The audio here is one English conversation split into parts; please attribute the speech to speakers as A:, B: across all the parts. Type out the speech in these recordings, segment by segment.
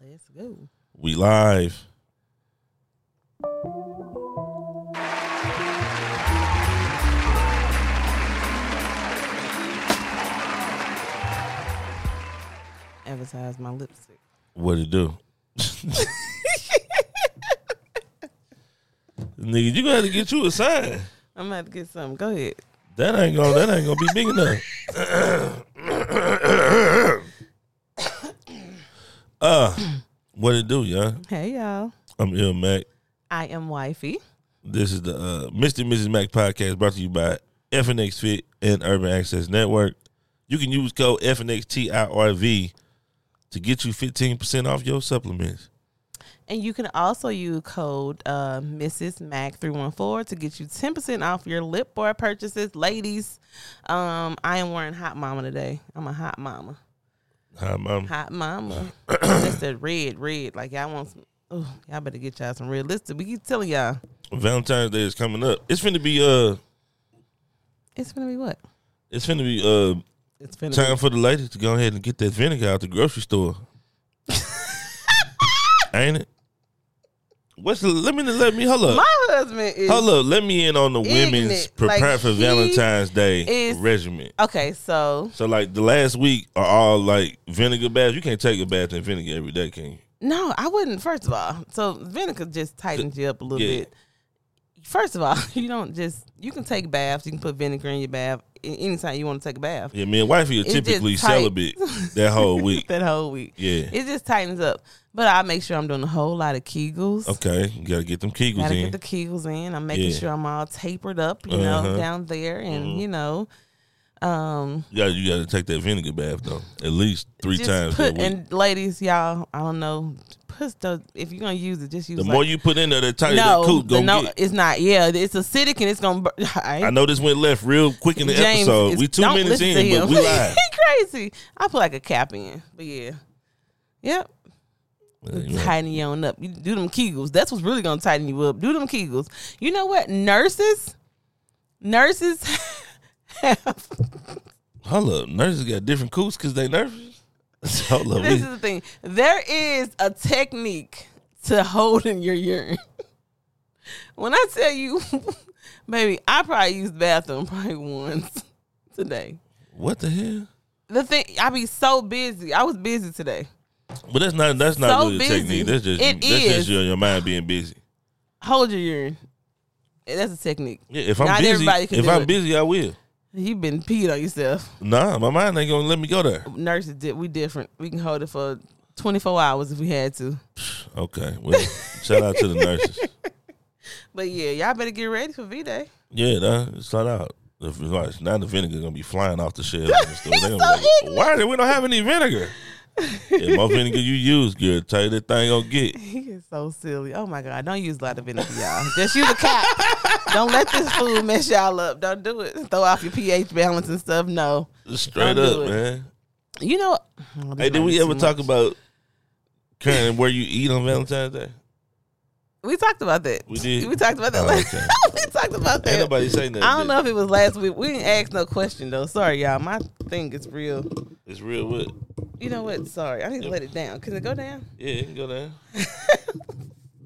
A: Let's go.
B: We live.
A: Advertise my lipstick.
B: What it do? Nigga, you gotta get you a sign.
A: I'm about to get something. Go ahead.
B: That ain't gonna that ain't gonna be big enough. uh what it do, y'all?
A: Hey, y'all.
B: I'm ill Mac.
A: I am wifey.
B: This is the uh, Mr. and Mrs. Mac podcast brought to you by FNX Fit and Urban Access Network. You can use code FNXTIRV to get you 15% off your supplements.
A: And you can also use code uh, Mrs. Mac 314 to get you 10% off your lip bar purchases. Ladies, um, I am wearing Hot Mama today. I'm a Hot Mama.
B: Hi, mom.
A: Hot Mama. That's a red, red. Like, y'all want some. Oh, y'all better get y'all some red lipstick. We keep telling y'all.
B: Valentine's Day is coming up. It's finna be uh
A: It's gonna be what?
B: it's finna be uh
A: It's gonna
B: time for the ladies to go ahead and get that vinegar out the grocery store. Ain't it? What's the, let me let me hold
A: be.
B: up.
A: My husband is
B: hold up, let me in on the
A: ignorant.
B: women's prepare
A: Like,
B: for
A: he
B: Valentine's Day
A: is-
B: regimen.
A: Okay, so
B: So like the last week are all like vinegar baths. You can't take a bath in vinegar every day, can you?
A: no, I wouldn't. First of all, so vinegar just tightens you up a little
B: Yeah.
A: bit. First of all, you don't just you can take baths. You can put vinegar in your bath a- anytime you want to take a bath
B: Yeah, me and wifey are
A: It's just
B: typically
A: tight.
B: celibate that whole week.
A: that whole week.
B: Yeah.
A: It just tightens up. But I make sure I'm doing a whole lot of Kegels.
B: Okay, you gotta get them Kegels
A: Gotta
B: in.
A: get the Kegels in. I'm making
B: Yeah.
A: sure I'm all tapered up, you
B: Uh-huh. Mm-hmm.
A: know, down there, and you know, um,
B: you, gotta, you gotta take that vinegar bath though, at least three
A: just
B: times a
A: put
B: week.
A: and ladies, y'all, I don't know. Put the if you're gonna use it, just use
B: the
A: like,
B: more you put in there, the tighter
A: no,
B: that coop
A: the
B: gonna
A: no,
B: get.
A: it's not. Yeah, it's acidic and it's gonna. Bur- I,
B: I know this went left real quick in the
A: James
B: episode.
A: is-
B: We two
A: don't
B: minutes
A: listen to
B: in, but
A: him.
B: we live.
A: He crazy. I put like a cap in, but yeah, yep. Tighten you on up. You do them Kegels. That's what's really gonna tighten you up. Do them Kegels. You know what? Nurses, nurses have.
B: Hold up, nurses got different coots because they nervous. Hold up,
A: This
B: we,
A: is the thing. There is a technique to holding your urine. When I tell you, baby, I probably used the bathroom probably once today.
B: what the hell?
A: The thing, I be so busy. I was busy today.
B: But that's not that's not
A: So
B: really
A: busy.
B: a technique. That's just
A: It
B: that's
A: is.
B: just your, your mind being busy.
A: Hold your urine. Yeah, That's a technique.
B: Yeah, if I'm
A: Not
B: busy,
A: everybody can
B: if
A: do
B: I'm
A: it.
B: busy, I will.
A: You've been peed on yourself.
B: Nah, my mind ain't gonna let me go there.
A: Nurses did. We different. We can hold it for 24 hours if we had to.
B: Okay, well, shout out to the nurses.
A: But yeah, y'all better get ready for V Day.
B: Yeah, nah, shout out. If it's like, now the vinegar gonna be flying off the shelves and stuff. They gonna be
A: so
B: like, Why did we don't have any vinegar? yeah, more vinegar you use, girl, tell you that thing gonna get.
A: He is so silly. Oh my god! Don't use a lot of vinegar, y'all. Just use a cap. don't let this food mess y'all up. Don't do it. Throw off your pH balance and stuff. No.
B: Straight
A: Don't
B: up,
A: do it.
B: man.
A: You know. Oh, this
B: Hey,
A: might
B: did we
A: be
B: ever
A: too
B: talk
A: much.
B: about Karen and where you eat on Valentine's Day?
A: We talked about that.
B: We did?
A: We talked about that.
B: Oh,
A: last
B: okay.
A: we talked about
B: Ain't
A: that.
B: nobody say nothing.
A: Uh, I don't know
B: did
A: if it was last week. We didn't ask no question though. Sorry, y'all. My thing is real.
B: they? It's real what?
A: You know what? Sorry, I need to let it down. Can it go down
B: Yeah, it can go down.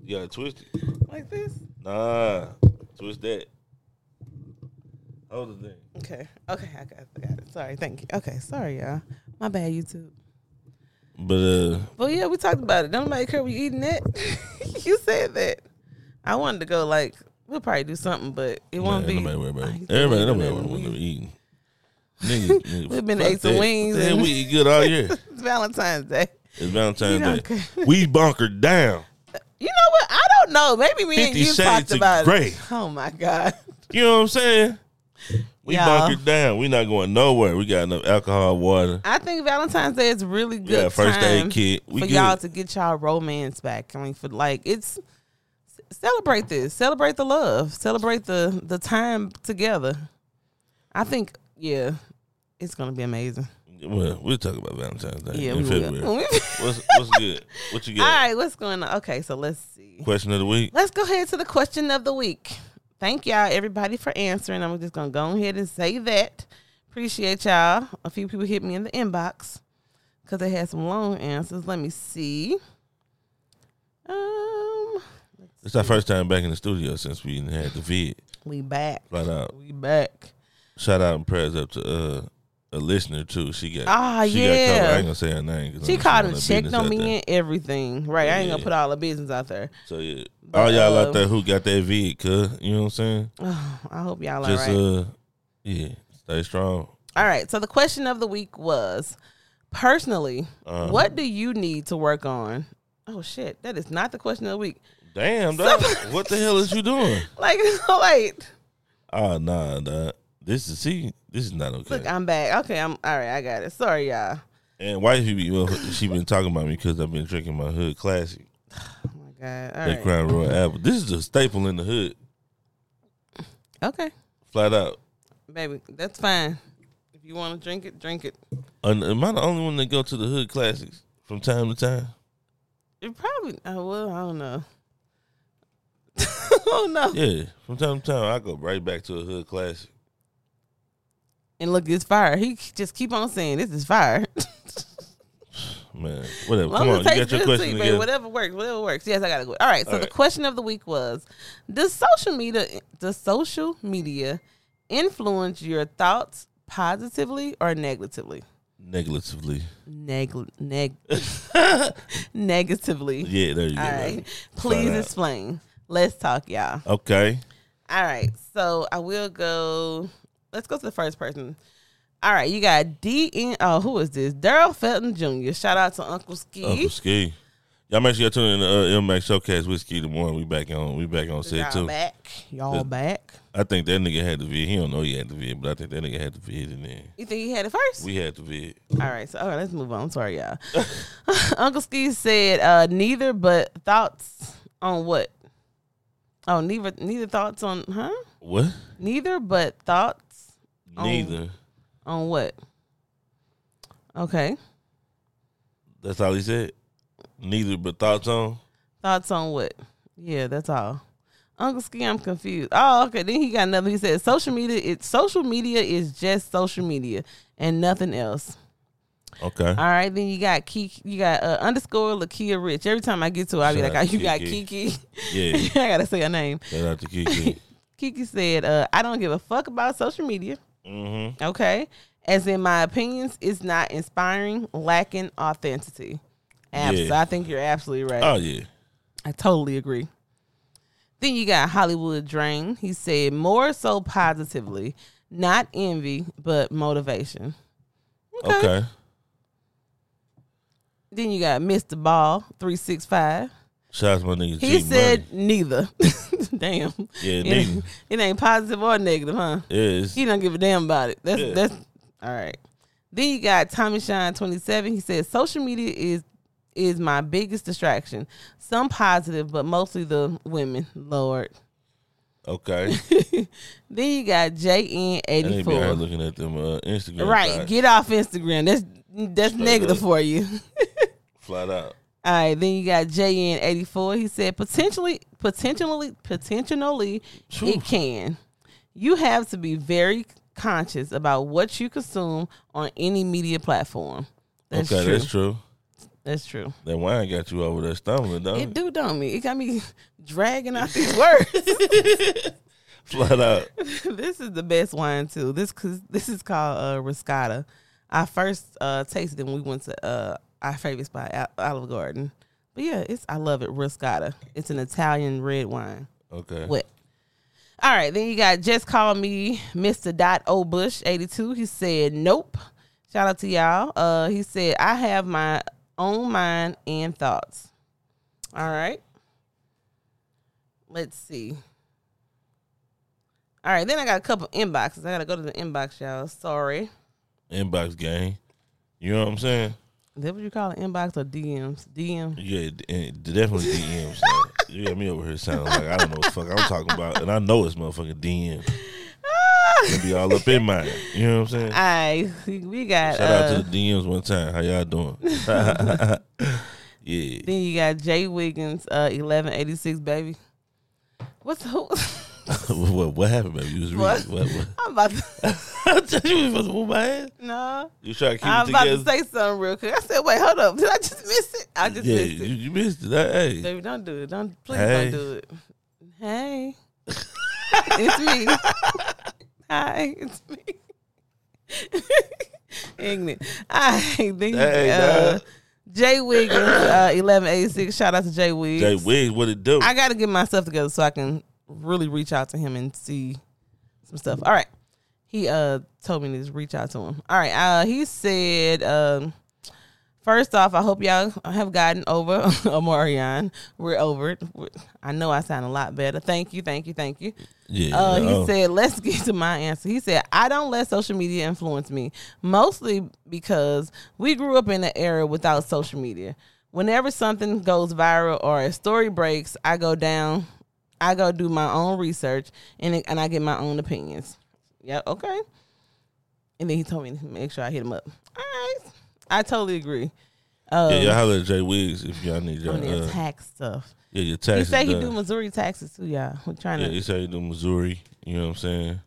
B: you gotta twist it.
A: like this?
B: Nah, twist that. Hold the thing.
A: Okay. Okay. I got, I got it. Sorry. Thank you. Okay. Sorry, y'all. My bad, YouTube.
B: But uh,
A: Well, yeah, we talked about it. Don't nobody care we eating that. you said that. I wanted to go like we'll probably do something, but it
B: man,
A: won't be.
B: nobody worry about
A: I
B: it.
A: used to
B: Everybody,
A: eat
B: nobody
A: them
B: worry about
A: wings.
B: eating. Nigga, nigga,
A: We've been
B: fuck
A: ate some
B: that.
A: wings
B: Damn,
A: and-
B: we eat good all year.
A: It's Valentine's Day.
B: It's
A: You don't
B: Valentine's Day.
A: care.
B: We bunkered down.
A: You know what? I don't know. Maybe me and
B: 50
A: you
B: Shades
A: talked
B: of
A: about
B: Grey.
A: it. Oh my god.
B: You know what I'm saying? We
A: Y'all.
B: bunkered down. We not going nowhere. We got enough alcohol, water.
A: I think Valentine's Day is really good.
B: Yeah, first aid
A: time
B: kit. We
A: for
B: good.
A: y'all to get y'all romance back. I mean, for like it's celebrate this, celebrate the love, celebrate the the time together. I think yeah, it's gonna be amazing.
B: Well, we'll talk about Valentine's Day
A: Yeah,
B: in
A: we
B: February.
A: will.
B: What's what's good? What you got?
A: All right, what's going on? Okay, so let's see.
B: Question of the week.
A: Let's go ahead to the question of the week. Thank y'all, everybody, for answering. I'm just gonna go ahead and say that. Appreciate y'all. A few people hit me in the inbox because they had some long answers. Let me see. Um,
B: It's our first time back in the studio since we didn't had the vid.
A: we back.
B: Flat out.
A: We back.
B: Shout out and prayers up to uh, a listener too. She got
A: Ah,
B: she
A: yeah.
B: got covered. I ain't gonna say her name. 'cause
A: She
B: I'm
A: called
B: showing
A: and
B: her
A: checked
B: business
A: on
B: out
A: me
B: there.
A: and everything. Right. I ain't gonna
B: Yeah.
A: put all the business out there.
B: So yeah,
A: But,
B: all y'all
A: uh,
B: out there who got that vid, cuz you know what I'm saying.
A: Oh, I hope y'all all
B: Just
A: right.
B: uh, yeah, stay strong.
A: all right. So the question of the week was personally,
B: Uh,
A: what do you need to work on? Oh shit, that is not the question of the week.
B: Damn, dog. what the hell is you doing?
A: Like, like,
B: Oh nah, dog. This is see, this is not okay.
A: look, I'm back. Okay, I'm all right. I got it. Sorry, y'all.
B: and why she be well, she been talking about me because I've been drinking my hood classic,
A: Oh my god. All
B: that
A: right.
B: Crown Royal Apple. This is a staple in the hood,
A: Okay,
B: flat out.
A: baby, that's fine. If you want to drink it, drink it.
B: And am I the only one that go to the hood classics from time to time?
A: It probably. I will. I don't know. oh no.
B: Yeah, from time to time I go right back to a hood classic.
A: And look, it's fire. He just keep on saying this is fire.
B: Man, whatever.
A: Long
B: Come
A: as
B: on, you
A: it tastes
B: got your
A: good to
B: question
A: you,
B: together.
A: baby. Whatever works, whatever works. Yes, I gotta go. All right. So
B: All
A: the
B: right.
A: question of the week was: Does social media, does social media, influence your thoughts positively or negatively?
B: Negatively.
A: Neg, neg, negatively.
B: Yeah, there you go.
A: All
B: baby.
A: right. Please
B: out.
A: explain. Let's talk, y'all.
B: Okay.
A: All right. So I will go. Let's go to the first person. All right, you got DN. Oh, who is this? Daryl Felton Jr. Shout out to Uncle Ski.
B: Uncle Ski. Y'all make sure y'all tune in to uh, MX Showcase Whiskey tomorrow. We back on. We back on set
A: Y'all
B: too.
A: back. Y'all
B: The-
A: back.
B: I think that nigga had the vid. He don't know he had the vid, but I think that nigga had the vid in there.
A: You think he had it first?
B: We had the vid.
A: all right, so all right, let's move on. Sorry, y'all. Uncle Ski said uh, neither, but thoughts on what? Oh, neither, neither thoughts on huh?
B: What?
A: Neither, but thoughts
B: Neither.
A: on what? Okay,
B: That's all he said. Neither, but thoughts on.
A: thoughts on what? Yeah, that's all. Uncle Ski, I'm confused. Oh, okay. Then he got another. He said social media. It social media is just social media and nothing else.
B: Okay.
A: All right, then you got Kiki, you got uh, underscore Lakia Rich. Every time I get to, her, I be
B: Shout
A: like,
B: out
A: oh,
B: to
A: you got
B: Kiki.
A: Kiki.
B: Yeah.
A: I gotta say her name.
B: Shout out to Kiki.
A: Kiki said, uh, I don't give a fuck about social media.
B: mm-hmm.
A: Okay, as in my opinions, it's not inspiring, lacking authenticity. Abs-
B: Yeah.
A: I think you're absolutely right.
B: Oh yeah.
A: I totally agree. Then you got Hollywood Drain. He said more so positively, not envy, but motivation.
B: Okay.
A: Then you got Mr. Ball three six five.
B: Shout out to my nigga.
A: He
B: G
A: said
B: Money.
A: neither. damn.
B: Yeah,
A: It,
B: neither.
A: ain't- it ain't positive or negative, huh?
B: Yeah, it's-
A: He don't give a damn about it. That's
B: Yeah.
A: that's all right. Then you got Tommy Shine twenty seven. He said social media is is my biggest distraction. Some positive, but mostly the women. Lord.
B: okay.
A: then you got JN
B: And
A: eighty
B: they be out
A: four.
B: looking at them uh, Instagram.
A: Right.
B: thoughts.
A: Get off Instagram. That's that's negative
B: up.
A: for you.
B: flat out.
A: All right, then you got JN eighty four. He said potentially, potentially, potentially,
B: Phew.
A: it can. You have to be very conscious about what you consume on any media platform. That's
B: okay,
A: true.
B: that's true.
A: That's true.
B: That wine got you over there stumbling, don't
A: It
B: it?
A: do don't me. It got me dragging out these words.
B: Flat out.
A: this is the best wine too. This cause this is called uh, Riscata. I first uh, tasted it when we went to uh, our favorite spot, Al- Olive Garden. But yeah, it's I love it. Riscata. It's an Italian red wine.
B: Okay.
A: What? All right, then you got just call me Mr. Dot O Bush eighty two. He said nope. Shout out to y'all. Uh, he said I have my own mind and thoughts. All right. Let's see. All right, then I got a couple inboxes. I gotta go to the inbox, y'all. Sorry.
B: Inbox game. You know what I'm saying?
A: Is that what you call an inbox or DMs? DM.
B: Yeah, d- and definitely DMs. man. you got me over here sounding like I don't know what the fuck I'm talking about, and I know it's motherfucking DM. It be all up in mine. You know what I'm saying?
A: All right, we got.
B: Shout
A: uh,
B: out to the DMs one time. How y'all doing? yeah.
A: Then you got Jay Wiggins, uh, eleven eighty six, baby. What's who?
B: what, what happened, baby? You was
A: What?
B: reading. What? what?
A: I'm about to
B: I thought you was supposed to move my hand.
A: no.
B: You trying to keep
A: I'm
B: it
A: about
B: together?
A: to say something real quick. I said, wait, hold up. Did I just miss it? I just
B: yeah,
A: missed it.
B: you, you missed it. Hey,
A: Baby, don't do it. Don't please
B: Hey.
A: don't do it. Hey. it's me. Hi, it's me. Ignorant. I then you,
B: Hey,
A: uh,
B: dog.
A: Jay Wiggins, uh, eleven eighty six. Shout out to Jay Wiggins.
B: Jay Wiggs, what it do?
A: I got to get myself together so I can really reach out to him and see some stuff. All right. He uh told me to just reach out to him. All right. Uh he said um First off, I hope y'all have gotten over Omarion. We're over it. We're- I know I sound a lot better. Thank you, thank you, thank you.
B: yeah.
A: Uh, he
B: oh.
A: said, let's get to my answer. He said, I don't let social media influence me, mostly because we grew up in an era without social media. Whenever something goes viral or a story breaks, I go down, I go do my own research and, it, and I get my own opinions. Yeah, okay. And then he told me to make sure I hit him up. All right. I totally agree. Uh,
B: yeah, y'all holler at Jay Wiggs if y'all need y'all.
A: on their
B: Uh,
A: tax stuff.
B: yeah, your
A: He
B: taxes.
A: said he
B: done.
A: do Missouri taxes too, y'all. We're trying
B: Yeah,
A: to.
B: he said he do Missouri. You know what I'm saying?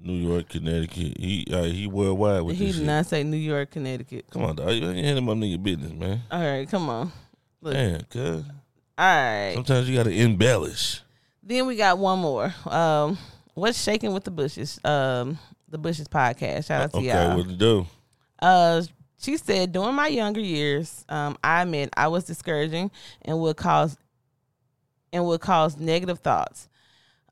B: New York, Connecticut. He uh, he worldwide with
A: He
B: this
A: did
B: shit.
A: not say New York, Connecticut.
B: Come on, dog. You ain't handling my nigga business, man.
A: All right, come on. Look.
B: Damn, cuz.
A: All right.
B: Sometimes you gotta embellish.
A: Then we got one more. Um, what's shaking with the bushes? Um, the bushes podcast. Shout out to
B: Okay,
A: y'all.
B: what to do?
A: Uh, she said during my younger years, um, I admit I was discouraging and would cause and would cause negative thoughts.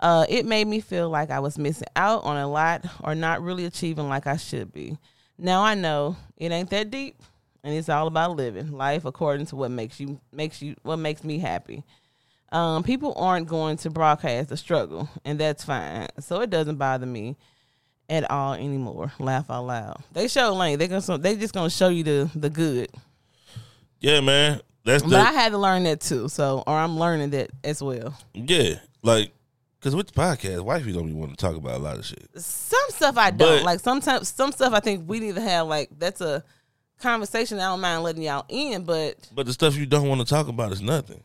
A: Uh, it made me feel like I was missing out on a lot or not really achieving like I should be. Now I know it ain't that deep, and it's all about living life according to what makes you makes you what makes me happy. Um, people aren't going to broadcast the struggle, and that's fine. So it doesn't bother me at all anymore. Laugh out loud. They show Lane. They gonna they just gonna show you the the good.
B: Yeah, man. That's
A: But I
B: the
A: had to learn that too. So or I'm learning that as well.
B: yeah. Like, cause with the podcast, wifey don't even want to talk about a lot of shit.
A: Some stuff I don't
B: But-
A: like. Sometimes some stuff I think we need to have like that's a conversation. I don't mind letting y'all in, but
B: But the stuff you don't want to talk about is nothing.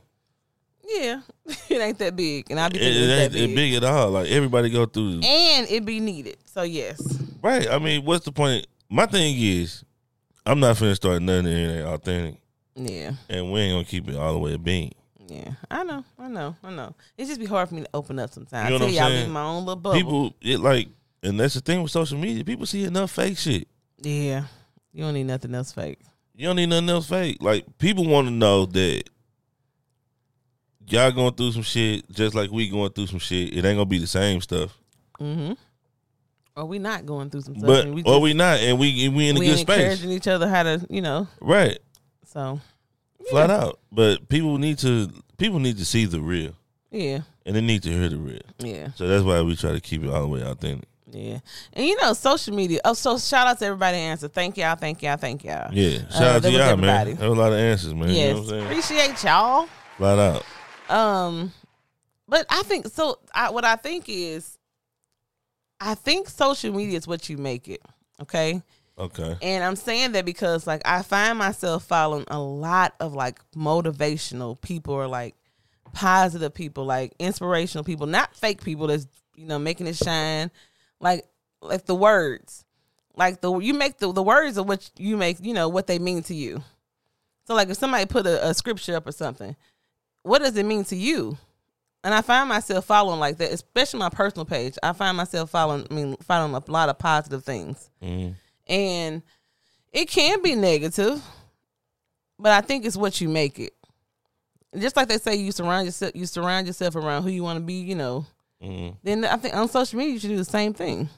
A: yeah, it ain't that big, and I be
B: It,
A: thinking
B: it
A: it's
B: ain't
A: that big.
B: it big at all. Like everybody go through. the-
A: and it be needed. So yes,
B: Right. I mean, what's the point? My thing is, I'm not finna start nothing that ain't authentic,
A: yeah.
B: and we ain't gonna keep it all the way a bean.
A: Yeah, I know, I know, I know. It just be hard for me to open up sometimes.
B: You know
A: I tell
B: what
A: you, I
B: I'm
A: live
B: saying?
A: in my own little bubble.
B: People, it like, and that's the thing with social media. People see enough fake shit.
A: yeah, you don't need nothing else fake.
B: You don't need nothing else fake. Like people want to know that y'all going through some shit, just like we going through some shit. It ain't gonna be the same stuff,
A: Mm-hmm. Or we not going through some stuff.
B: but
A: and we
B: or
A: just-
B: we not, and we and we in a
A: we
B: good
A: ain't
B: space,
A: encouraging each other how to, you know.
B: right?
A: So
B: Flat out. But people need to people need to see the real,
A: yeah,
B: and they need to hear the real.
A: yeah,
B: So that's why we try to keep it all the way authentic.
A: yeah. And you know, social media. Oh, so shout out to everybody that answered. Thank y'all, thank y'all, thank y'all.
B: Yeah, shout
A: Uh,
B: out
A: that
B: to
A: was
B: y'all,
A: everybody.
B: man. There was a lot of answers, man. You know
A: Yes,
B: what I'm saying?
A: appreciate y'all.
B: Flat out.
A: Um, but I think so. I, what I think is, I think social media is what you make it. Okay.
B: Okay.
A: And I'm saying that because like I find myself following a lot of like motivational people or like positive people, like inspirational people, not fake people that's you know making it shine. Like like the words. Like the you make the the words of what you make, you know, what they mean to you. So like if somebody put a, a scripture up or something, what does it mean to you? And I find myself following like that, especially my personal page. I find myself following I mean following a lot of positive things
B: Mm.
A: and it can be negative, but I think it's what you make it. Just like they say, you surround yourself, you surround yourself around who you want to be. You know,
B: Mm.
A: then I think on social media you should do the same thing.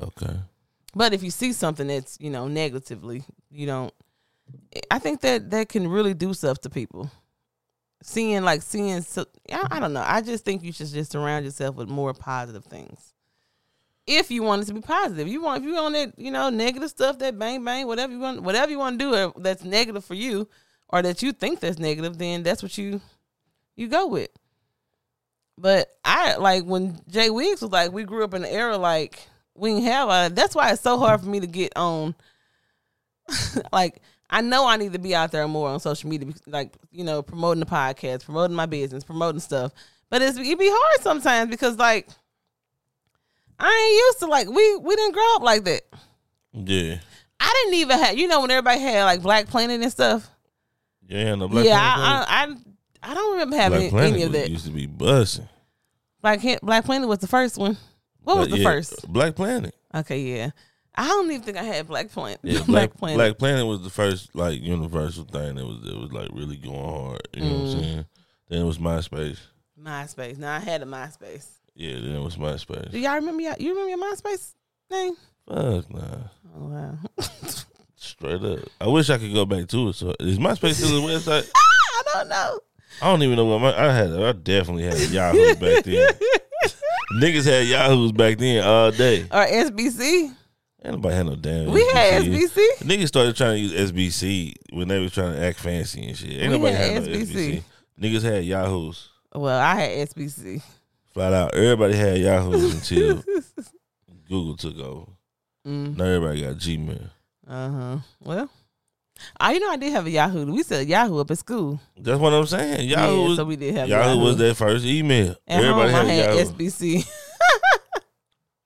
B: Okay.
A: But if you see something that's you know negatively, you don't. I think that that can really do stuff to people. Seeing like seeing, so, I, I don't know. I just think you should just surround yourself with more positive things. If you want it to be positive, you want if you want that you know negative stuff that bang bang whatever you want whatever you want to do or that's negative for you or that you think that's negative, then that's what you you go with. But I like when Jay Wiggs was like, we grew up in an era like we didn't have a. That's why it's so hard for me to get on. like I know I need to be out there more on social media, because, like you know, promoting the podcast, promoting my business, promoting stuff. But it's it be hard sometimes because like I ain't used to like we we didn't grow up like that.
B: Yeah.
A: I didn't even have you know when everybody had like Black Planet and stuff.
B: Yeah, no black
A: yeah,
B: Planet.
A: I, I I I don't remember
B: Black
A: having
B: Planet
A: any of
B: was-
A: that.
B: used to be busting.
A: Black Han- Black Planet was the first one. What was the first?
B: Black Planet.
A: Okay, yeah. I don't even think I had Black Planet.
B: Yeah,
A: Black,
B: Black,
A: Planet.
B: Black Planet was the first like universal thing that was that was like really going hard. You
A: Mm.
B: know what I'm saying? Then it was MySpace.
A: MySpace. No, I had a MySpace.
B: Yeah, then it was MySpace.
A: Do y'all remember y'all, you remember your MySpace name?
B: Fuck nah.
A: Oh wow.
B: Straight up. I wish I could go back to it. So is MySpace still a website?
A: I don't know.
B: I don't even know what my I had. I definitely had Yahoo back then. Niggas had Yahoos back then all day.
A: Or SBC.
B: Ain't nobody had no damn.
A: We had
B: SBC.
A: SBC.
B: Niggas started trying to use SBC when they were trying to act fancy and shit. Ain't
A: We
B: nobody
A: had
B: had, no SBC.
A: SBC.
B: Niggas had Yahoos.
A: Well, I had SBC.
B: Flat out. Everybody had Yahoos until Google took over.
A: Mm.
B: Now everybody got Gmail.
A: Uh huh. Well, I you know I did have a Yahoo. We said Yahoo up at school.
B: That's what I'm saying. Yahoo,
A: yeah,
B: was,
A: so we did have
B: Yahoo, was their first email.
A: At
B: everybody
A: home, I
B: had,
A: had
B: Yahoo.
A: SBC.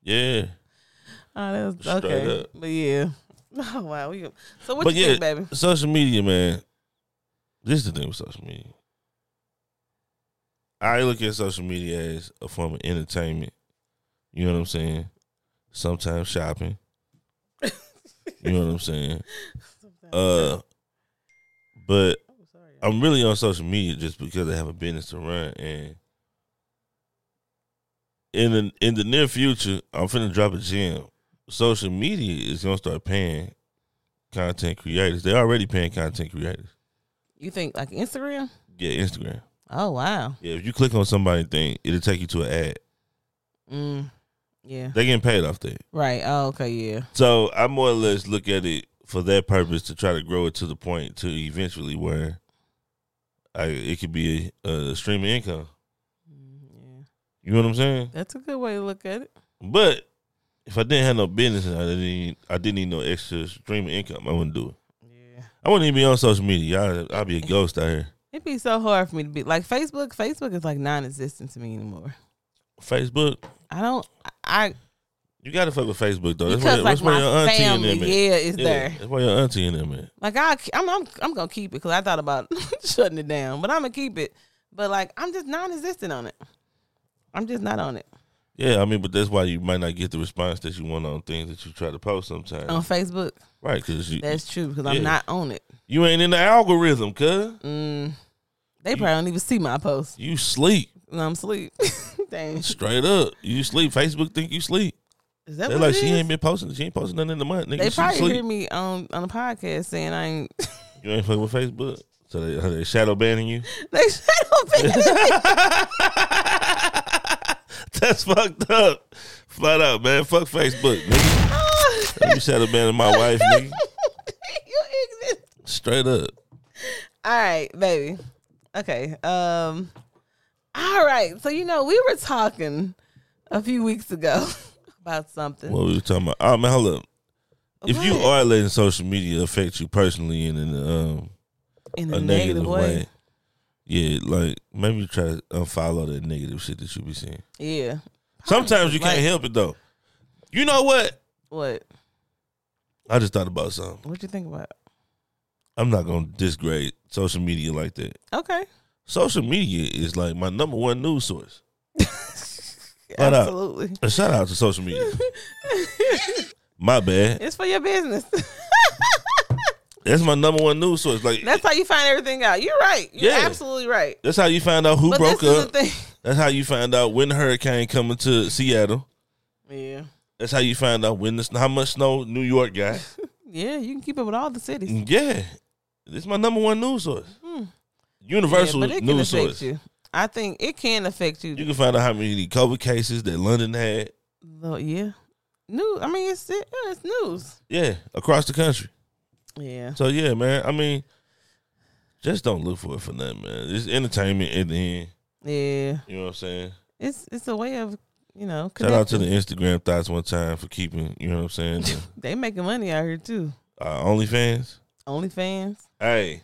B: yeah.
A: Oh, that was
B: Straight
A: okay.
B: up.
A: But yeah. Oh wow. We, so what
B: But
A: you
B: yeah,
A: think, baby?
B: social media, man. This is the thing with social media. I look at social media as a form of entertainment. You know what I'm saying? Sometimes shopping. you know what I'm saying? Uh, but
A: I'm sorry.
B: I'm really on social media just because I have a business to run, and in the in the near future, I'm finna drop a gym. Social media is gonna start paying content creators. They're already paying content creators.
A: you think like Instagram?
B: Yeah, Instagram.
A: Oh wow.
B: Yeah, if you click on somebody's thing, it'll take you to an ad.
A: Mm. Yeah.
B: They're getting paid off that.
A: Right. Oh, okay. Yeah.
B: So I more or less look at it for that purpose to try to grow it to the point to eventually where I it could be a, a stream of income.
A: Mm, Yeah.
B: You know what I'm saying?
A: That's a good way to look at it.
B: But if I didn't have no business and I didn't, I didn't need no extra stream of income, I wouldn't do it.
A: Yeah.
B: I wouldn't even be on social media. I, I'd be a ghost out here.
A: It'd be so hard for me to be like Facebook. Facebook is like non-existent to me anymore.
B: Facebook,
A: I don't. I
B: you gotta fuck with Facebook though. That's
A: because
B: where,
A: like
B: that's where your
A: my
B: auntie and
A: family,
B: them at.
A: yeah, is
B: Yeah,
A: there.
B: That's why your auntie and them at.
A: Like I, I'm, I'm, I'm gonna keep it because I thought about shutting it down, but I'm gonna keep it. But like, I'm just non-existent on it. I'm just not on it
B: Yeah, I mean, but that's why you might not get the response that you want on things that you try to post sometimes.
A: on Facebook.
B: Right, because you,
A: Oh, That's true because
B: Yeah.
A: I'm not on it.
B: you ain't in the algorithm, cuz.
A: Mm, they probably don't even see my post.
B: You sleep.
A: when I'm asleep. Dang,
B: Straight up. You sleep. Facebook think you sleep.
A: is that
B: They're
A: what
B: like,
A: it
B: she
A: is?
B: ain't been posting. She ain't posting nothing in the month. Nigga,
A: They
B: she
A: probably
B: sleep.
A: hear me um, on on the podcast saying I ain't.
B: You ain't fucking with Facebook. So they, are they shadow banning you?
A: they don't think
B: That's fucked up. Flat out, man. Fuck Facebook, nigga. You shadow banning my wife, nigga.
A: you exist.
B: Straight up.
A: All right, baby. Okay. Um all right. So you know, we were talking a few weeks ago about something.
B: What we were talking about? Oh man, hold up. If you
A: What?
B: are letting social media affect you personally and in um,
A: in
B: a, negative way, yeah, like maybe try to unfollow that negative shit that you be seeing.
A: Yeah.
B: Sometimes you can't
A: Like-
B: help it though. You know what?
A: What?
B: I just thought about something.
A: What you think about?
B: I'm not gonna disgrade social media like that.
A: Okay.
B: Social media is like my number one news source. Shut up.
A: Absolutely.
B: A shout out to social media. my bad.
A: It's for your business.
B: That's my number one news source. Like
A: That's how you find everything out. You're right. You're
B: Yeah.
A: absolutely right.
B: that's how you find out who
A: But
B: broke
A: this is
B: up.
A: the thing.
B: That's how you find out when the hurricane coming to Seattle.
A: Yeah.
B: That's how you find out when this, how much snow New York got.
A: Yeah, you can keep it with all the cities.
B: yeah, this is my number one news source.
A: Hmm.
B: Universal
A: yeah, but it can
B: news
A: affect
B: source. You.
A: you. I think it can affect you.
B: can find out how many COVID cases that London had.
A: Though, yeah. News. I mean, it's it, yeah, it's news.
B: Yeah, across the country.
A: Yeah.
B: So yeah, man. I mean, just don't look for it for nothing, man. It's entertainment at the end.
A: Yeah.
B: You know what I'm saying?
A: It's it's a way of you know.
B: Shout out to the
A: connecting.
B: Instagram thoughts one time for keeping. You know what I'm saying? The,
A: They making money out here too.
B: uh, OnlyFans.
A: OnlyFans.
B: Hey,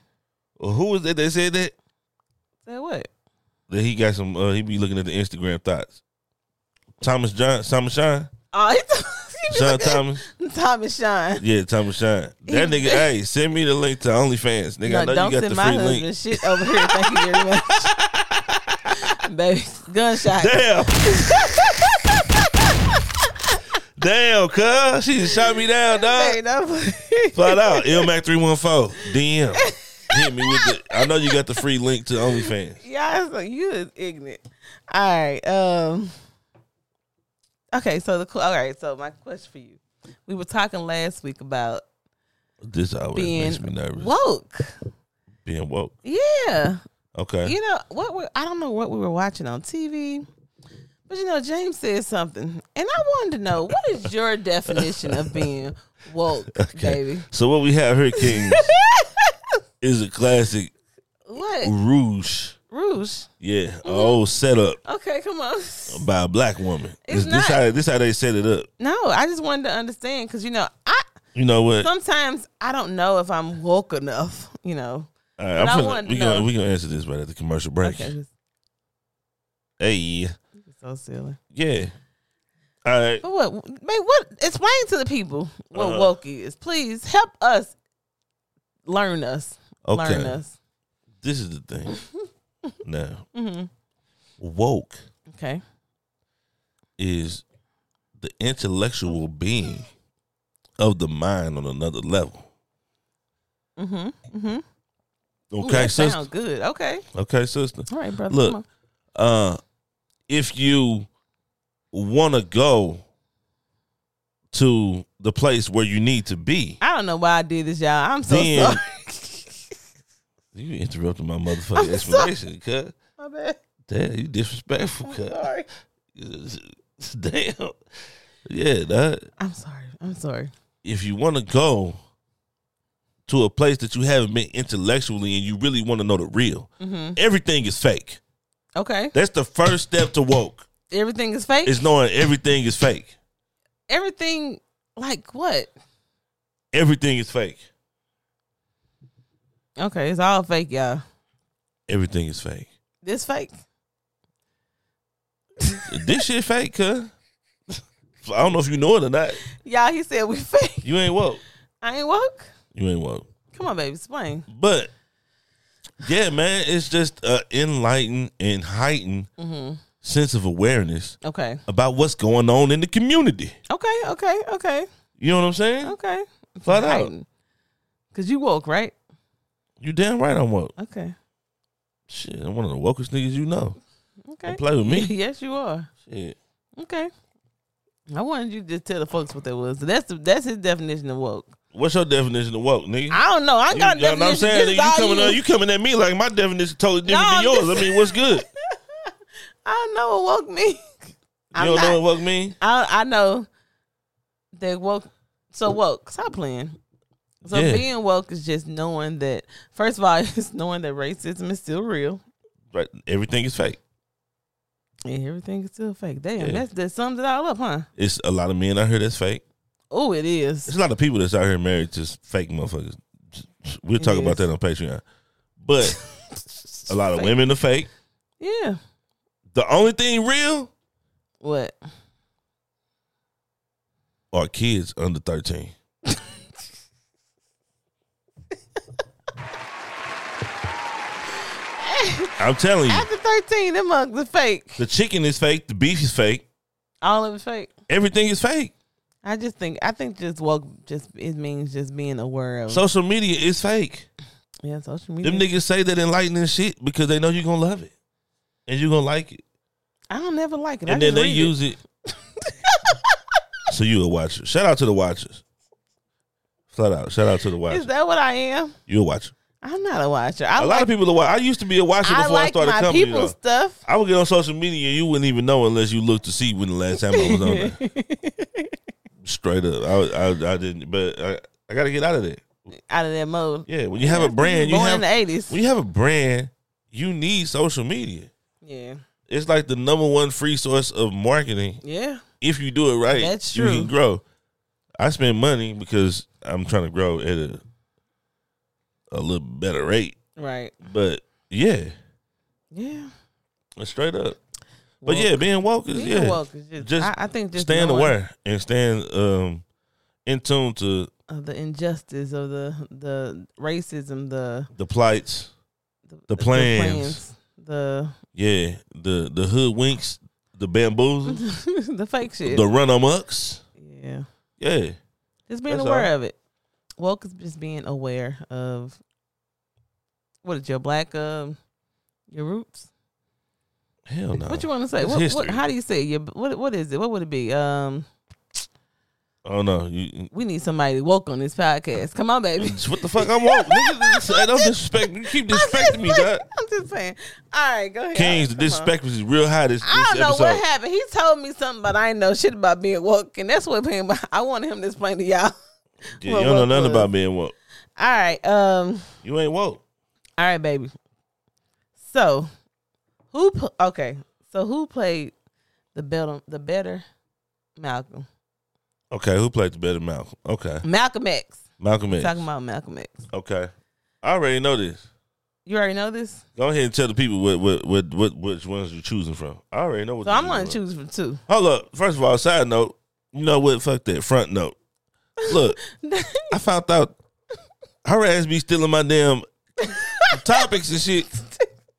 B: well, who was that that said that?
A: Say what?
B: that he got some. Uh, he be looking at the Instagram thoughts. Thomas John, Thomas Shine,
A: Oh, he
B: Sean Thomas.
A: Thomas Shine.
B: Yeah, Thomas Shine. That nigga, hey, send me the link to OnlyFans,
A: No,
B: nigga. I know
A: don't
B: you got
A: send
B: the
A: my
B: free
A: husband
B: link.
A: shit over here. Thank you very much. Baby, gunshot.
B: Damn. Damn, cuz. She just shot me down, dog.
A: Baby, no.
B: Flat out. LMAC314. DM. Hit me with the. I know you got the free link to OnlyFans.
A: Y'all, so you is ignorant. All right. Um. Okay, so the all right. So my question for you: We were talking last week about
B: This always makes
A: being
B: me nervous.
A: woke.
B: Being woke.
A: Yeah.
B: Okay.
A: You know what? We I don't know what we were watching on TV, but you know James said something, and I wanted to know what is your definition of being woke, baby?
B: So what we have here, Kings, is a classic
A: What
B: rouge.
A: Rouge?
B: Yeah,
A: Mm-hmm.
B: a old setup
A: Okay, come on.
B: by a black woman.
A: It's
B: this, this
A: not-
B: how this how they set it up.
A: No, I just wanted to understand because you know I
B: You know what?
A: sometimes I don't know if I'm woke enough. You know.
B: All right, I'm
A: but I
B: feeling-
A: wanna
B: we
A: know.
B: gonna we gonna answer this right at the commercial break.
A: Okay. this
B: Hey,
A: is So silly.
B: yeah. All right,
A: But what, babe, what, explain to the people what
B: Uh-huh.
A: woke is. Please help us learn us.
B: okay.
A: Learn us.
B: This is the thing. now,
A: Mm-hmm.
B: woke
A: Okay.
B: is the intellectual being of the mind on another level. Mm-hmm. Mm-hmm.
A: mm-hmm. Ooh,
B: Okay,
A: that
B: sister.
A: sounds good. Okay.
B: Okay, sister.
A: All right, brother.
B: Look.
A: come on.
B: uh if you want to go to the place where you need to be
A: I don't know why I did this, y'all. I'm so
B: Then-
A: sorry.
B: you interrupted my motherfucking
A: I'm sorry.
B: explanation cuz
A: My bad.
B: damn you disrespectful cuz
A: Sorry.
B: damn yeah that
A: I'm sorry. I'm sorry.
B: if you want to go to a place that you haven't been intellectually and you really want to know the real everything is fake
A: Mm-hmm. Okay.
B: that's the first step to woke
A: Everything is fake.
B: is knowing everything is fake
A: Everything like what?
B: everything is fake
A: Okay, it's all fake, y'all.
B: everything is fake
A: This fake.
B: this shit fake, cuz. I don't know if you know it or not.
A: Y'all, he said we fake.
B: You ain't woke.
A: I ain't woke.
B: You ain't woke.
A: Come on, baby, explain.
B: But yeah, man, it's just an enlightened and heightened sense of awareness
A: Okay.
B: about what's going on in the community.
A: Okay, okay, okay,
B: You know what I'm saying?
A: okay.
B: Flat out.
A: Because you woke, right?
B: You damn right I'm woke.
A: Okay.
B: Shit, I'm one of the wokest niggas you know.
A: Okay.
B: Don't play with me.
A: yes, you are.
B: Shit.
A: Okay. I wanted you to just tell the folks what that was. So that's the, that's his definition of woke.
B: What's your definition of woke, nigga?
A: I don't know. I ain't
B: you,
A: got a
B: you know
A: definition.
B: what I'm
A: This
B: saying? nigga?
A: is
B: You
A: all
B: coming,
A: you.
B: up, you coming at me like my definition totally different
A: No,
B: than
A: I'm
B: yours.
A: just-
B: I mean, what's good? You
A: I don't know what woke me. I'm
B: don't
A: not,
B: know what woke mean?
A: I I know that woke. So woke. Stop playing. So
B: Yeah.
A: being woke is just knowing that. First of all, it's knowing that racism is still real.
B: Right. Everything is fake.
A: And everything is still fake. Damn,
B: Yeah.
A: that's that sums it all up, huh?
B: It's a lot of men out here that's fake.
A: Oh, it is.
B: It's a lot of people that's out here married to fake motherfuckers. We'll talk
A: It
B: about
A: is.
B: that on Patreon. But a lot of women are fake.
A: Yeah.
B: The only thing real
A: What?
B: are kids under 13. I'm telling you,
A: After thirteen, them mugs are fake.
B: the chicken is fake, the beef is fake,
A: All of it's fake.
B: everything is fake.
A: I just think I think just woke just it means just being aware of
B: Social media is fake.
A: yeah social media.
B: Them niggas say that enlightening shit because they know you're gonna love it and you're gonna like it.
A: I don't never like it. I
B: and then
A: just
B: they
A: read
B: use it. so you a watcher. Shout out to the watchers. Flat out. Shout out to the
A: it. Is
B: watchers.
A: that what I am?
B: you a watcher.
A: I'm not a watcher.
B: A
A: I
B: lot
A: like,
B: of people are watch. I used to be a watcher
A: I
B: before I
A: like
B: started
A: my
B: comedy.
A: people
B: though.
A: stuff.
B: I would get on social media and you wouldn't even know unless you looked to see when the last time I was on there. Straight up. I, I, I didn't, but I, I got to get out of there.
A: Out of that mode.
B: Yeah, when you have a brand, you
A: Born in
B: have
A: the eighties.
B: when you have a brand, you need social media.
A: Yeah.
B: It's like the number one free source of marketing
A: Yeah.
B: if you do it right,
A: That's
B: you
A: true.
B: can grow. I spend money because I'm trying to grow at a a little better rate.
A: Right.
B: But yeah,
A: Yeah.
B: Straight up. But yeah, being woke is
A: Being
B: yeah.
A: woke is just,
B: Just
A: I, I think just
B: stand
A: knowing
B: aware and stand um in tune to
A: of the injustice of the the racism, the
B: the plights. The plans.
A: the
B: Yeah. The the hood winks, the bamboozles,
A: plans, the the fake shit.
B: the run amucks.
A: yeah,
B: Yeah.
A: just being
B: That's
A: aware of it. Woke is just being aware of what is your black um your roots.
B: Hell Oh, no.
A: What you want to say?
B: It's
A: What, what
B: history.
A: how do you say it? your what what is it? What would it be? Um,
B: oh no. You
A: we need somebody woke on this podcast. Come on, baby.
B: what the fuck I'm woke, nigga. Hey, Don't disrespect you keep
A: I'm just
B: disrespecting me,
A: saying-
B: dog.
A: I'm just saying. All right, go ahead.
B: Kings, the
A: Come on.
B: disrespect was real high this, this
A: I don't know
B: episode.
A: what happened. He told me something, but I ain't know shit about being woke, and that's what him. I wanted him to explain to y'all.
B: Yeah,
A: what
B: you don't know
A: woke
B: nothing
A: was.
B: about being woke.
A: All right, um,
B: You ain't woke.
A: all right, baby. So, who? pl- Okay, so who played the better, the better Malcolm?
B: Okay, who played the better Malcolm? Okay.
A: Malcolm X.
B: Malcolm X.
A: Talking about Malcolm X.
B: Okay. I already know this.
A: You already know this.
B: Go ahead and tell the people what what what, what which ones you're choosing from. I already know what
A: So
B: you're
A: I'm gonna
B: choosing
A: choose from two.
B: from. Hold up. First of all, side note, you know what? Fuck that. Front note. Look, I found out her ass be stealing my damn topics and shit.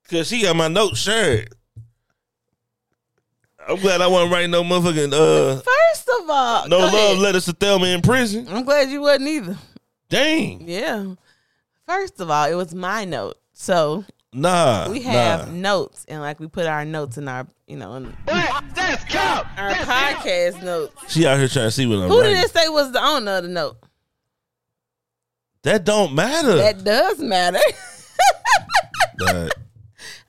B: Cause she got my notes shared. I'm glad I wasn't writing no motherfucking uh
A: First of all,
B: no
A: go
B: love
A: ahead.
B: letters to Thelma in prison.
A: I'm glad you wasn't either.
B: Dang.
A: Yeah. First of all, it was my note. So
B: Nah.
A: we have
B: nah.
A: notes and like we put our notes in our you know in our podcast notes.
B: She out here trying to see what I'm
A: Who
B: writing.
A: did it say was the owner of the note?
B: That don't matter.
A: That does matter.
B: Nah.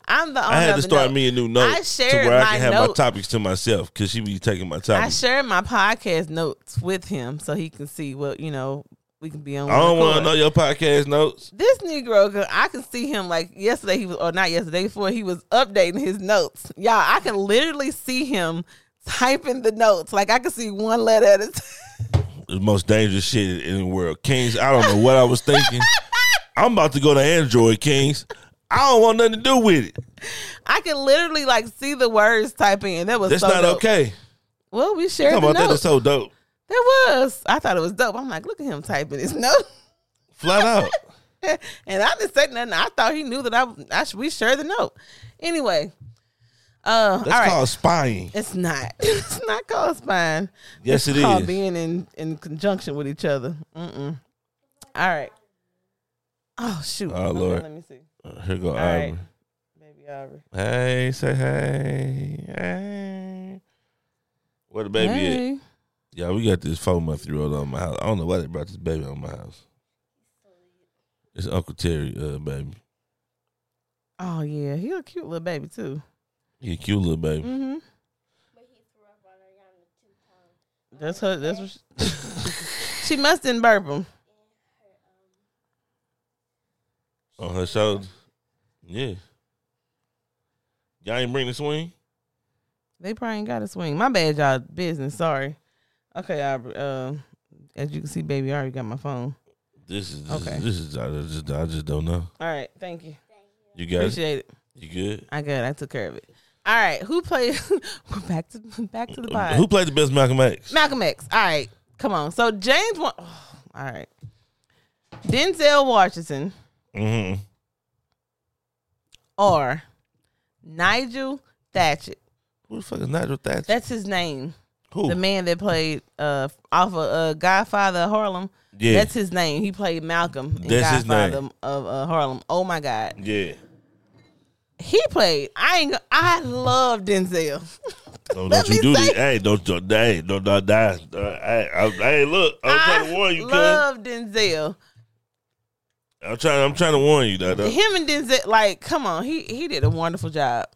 A: I'm the owner
B: I had
A: of
B: to
A: the
B: start
A: note.
B: me a new note
A: I
B: to
A: shared
B: where I
A: my
B: can have my
A: note.
B: topics to myself because she be taking my
A: I
B: topics.
A: shared my podcast notes with him so he can see what you know we can be on.
B: I, don't
A: want to
B: know your podcast notes.
A: this Negro girl, I can see him like yesterday. He was, or not yesterday, before he was updating his notes. Y'all, I can literally see him typing the notes. Like I can see one letter at a time.
B: The most dangerous shit in the world, Kings. I don't know what I was thinking. I'm about to go to Android, Kings. I don't want nothing to do with it.
A: I can literally like see the words typing, and that was
B: That's
A: so
B: not
A: dope.
B: okay.
A: Well, we shared
B: Talking
A: the
B: about that is
A: notes. That,
B: so dope.
A: was. I thought it was dope. I'm like, look at him typing his note.
B: Flat out.
A: and I didn't say nothing. I thought he knew that I, I should, we shared the note. Anyway, uh,
B: That's
A: all right.
B: called spying.
A: It's not. It's not called spying.
B: Yes,
A: it's
B: it
A: called
B: is.
A: being in in conjunction with each other. Mm-mm. All right. Oh shoot.
B: Oh,
A: Okay,
B: Lord.
A: Let me see.
B: Uh, Here go
A: All
B: Ivory.
A: right. Baby Aubrey.
B: Hey, say hey. Hey. Where the baby at?
A: Hey.
B: Yeah, we got this four month year old on my house. I don't know why they brought this baby on my house. It's Uncle Terry, uh, baby.
A: Oh yeah, he's a cute little baby too.
B: He a cute little baby.
A: Mm-hmm. That's her. That's what she, she must didn't burp him.
B: On her shoulders. Yeah. Y'all ain't bring the swing?
A: They probably ain't got a swing. My bad, y'all. Business. Sorry. Okay, Aubrey. Uh, as you can see, baby already got my phone.
B: This is this
A: Okay.
B: is, this is I just I just don't know.
A: All right. Thank you.
B: You got it?
A: Appreciate it.
B: You good?
A: I good. I took care of it. All right. Who played? we're back to back to the pod.
B: Who played the best Malcolm X?
A: Malcolm X. All right. Come on. So James. Wa- oh, all right. Denzel Washington
B: Mm-hmm.
A: or Nigel Thatchett.
B: Who the fuck is Nigel Thatcher?
A: That's his name.
B: Who?
A: The man that played uh off of uh, Godfather of Harlem.
B: yeah.
A: That's his name. He played Malcolm in
B: That's his
A: Godfather
B: name.
A: of uh, Harlem. Oh my God.
B: yeah.
A: He played. I ain't. go- I love Denzel.
B: Don't,
A: Let
B: don't you
A: me
B: do
A: say-
B: this. Hey, don't, don't, hey, don't, don't die. Uh, Hey, I, I, hey, look, I'm trying to warn you, cuz.
A: love Denzel.
B: I'm trying, I'm trying to warn you, dog.
A: him and Denzel, like, come on, he he did a wonderful job.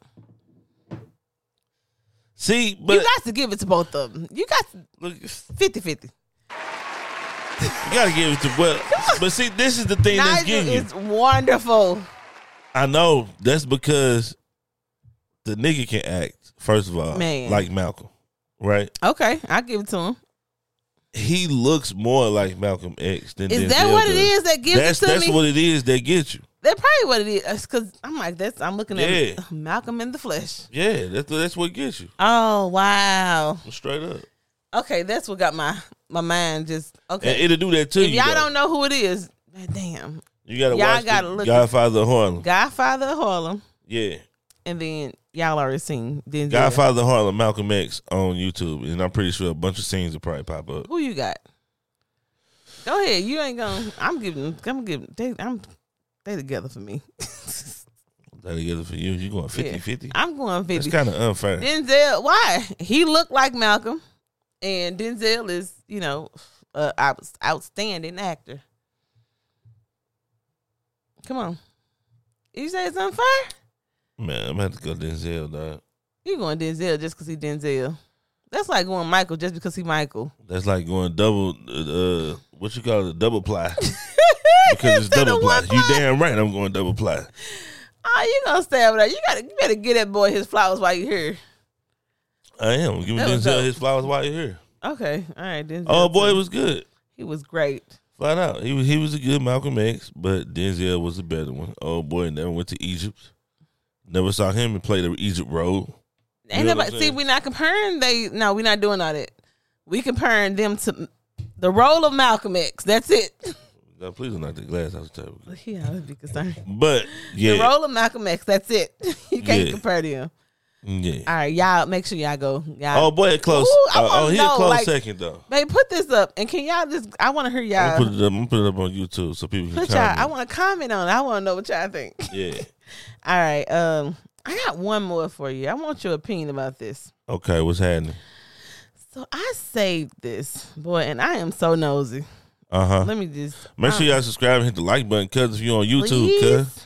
B: See, but
A: you got to give it to both of them. You got to-
B: Look, you
A: 50-50.
B: gotta give it to well. But see, this is the thing that's
A: Nigel
B: getting you.
A: is wonderful.
B: I know that's because the nigga can act. First of all,
A: Man.
B: like Malcolm, right?
A: Okay, I give it to him.
B: He looks more like Malcolm X than
A: Is
B: Denzel
A: that what it
B: does.
A: is that gives
B: that's
A: it to
B: that's
A: me?
B: what it is that gets you.
A: That probably what it is, because I'm like that's I'm looking at
B: Yeah.
A: Malcolm in the flesh.
B: Yeah, that's that's what gets you
A: Oh wow.
B: straight up,
A: Okay, that's what got my my mind just
B: and
A: okay.
B: it'll do that to
A: If
B: you.
A: y'all
B: though.
A: don't know who it is, damn,
B: you gotta
A: y'all
B: watch
A: gotta
B: the
A: look-
B: Godfather of Harlem.
A: Godfather of Harlem,
B: yeah,
A: and then y'all already seen Denzel.
B: Godfather of Harlem, Malcolm X on YouTube, and I'm pretty sure a bunch of scenes will probably pop up.
A: Who you got? Go ahead. You ain't gonna. I'm giving. I'm giving. They, I'm. They together for me.
B: That together for you, you going 50
A: Yeah.
B: 50
A: I'm going
B: That's
A: fifty.
B: kind of unfair.
A: Denzel. Why he looked like Malcolm, and Denzel is you know uh, out- outstanding actor. Come on. You say it's unfair?
B: Man, I'm gonna have to go Denzel, dog.
A: You going Denzel just because he Denzel? That's like going Michael just because he Michael.
B: That's like going double. Uh, uh, what you call it? Double ply. Because it's
A: Instead
B: double
A: of
B: ply.
A: one
B: You
A: ply.
B: damn right. I'm going double ply.
A: Oh, you gonna stay over there? You gotta, you better get that boy his flowers while you here.
B: I am giving
A: That was
B: Denzel
A: dope.
B: his flowers while you're here.
A: Okay, all right. Denzel
B: Oh boy,
A: too.
B: it was good.
A: he was great.
B: Flat out, he was he was a good Malcolm X, but Denzel was the better one. Oh boy, never went to Egypt. Never saw him play the Egypt role.
A: Ain't
B: know what
A: nobody
B: I'm
A: see.
B: saying?
A: We're not comparing. They no, we're not doing all that. We comparing them to the role of Malcolm X. That's it.
B: God, please don't knock the glass out the table.
A: yeah, I would be concerned.
B: But
A: The
B: yeah,
A: role of Malcolm X. That's it. you can't
B: Yeah.
A: compare them.
B: yeah.
A: All right, y'all. Make sure y'all go. Y'all,
B: Oh boy, a close.
A: Ooh, I
B: uh, oh,
A: wanna
B: he a
A: know,
B: close
A: like-
B: second though.
A: babe, put this up, and can y'all just? I want to hear
B: I'm
A: y'all.
B: gonna put it up. I'm gonna put it up on YouTube so people can
A: Put y'all.
B: comment.
A: I want to comment on. it. I want to know what y'all think.
B: yeah.
A: All right. Um, I got one more for you. I want your opinion about this.
B: Okay, what's happening?
A: So I saved this boy, and I am so nosy.
B: Uh huh.
A: Let me just
B: Make sure
A: um,
B: y'all subscribe and hit the like button, cuz if you on YouTube,
A: please.
B: cuz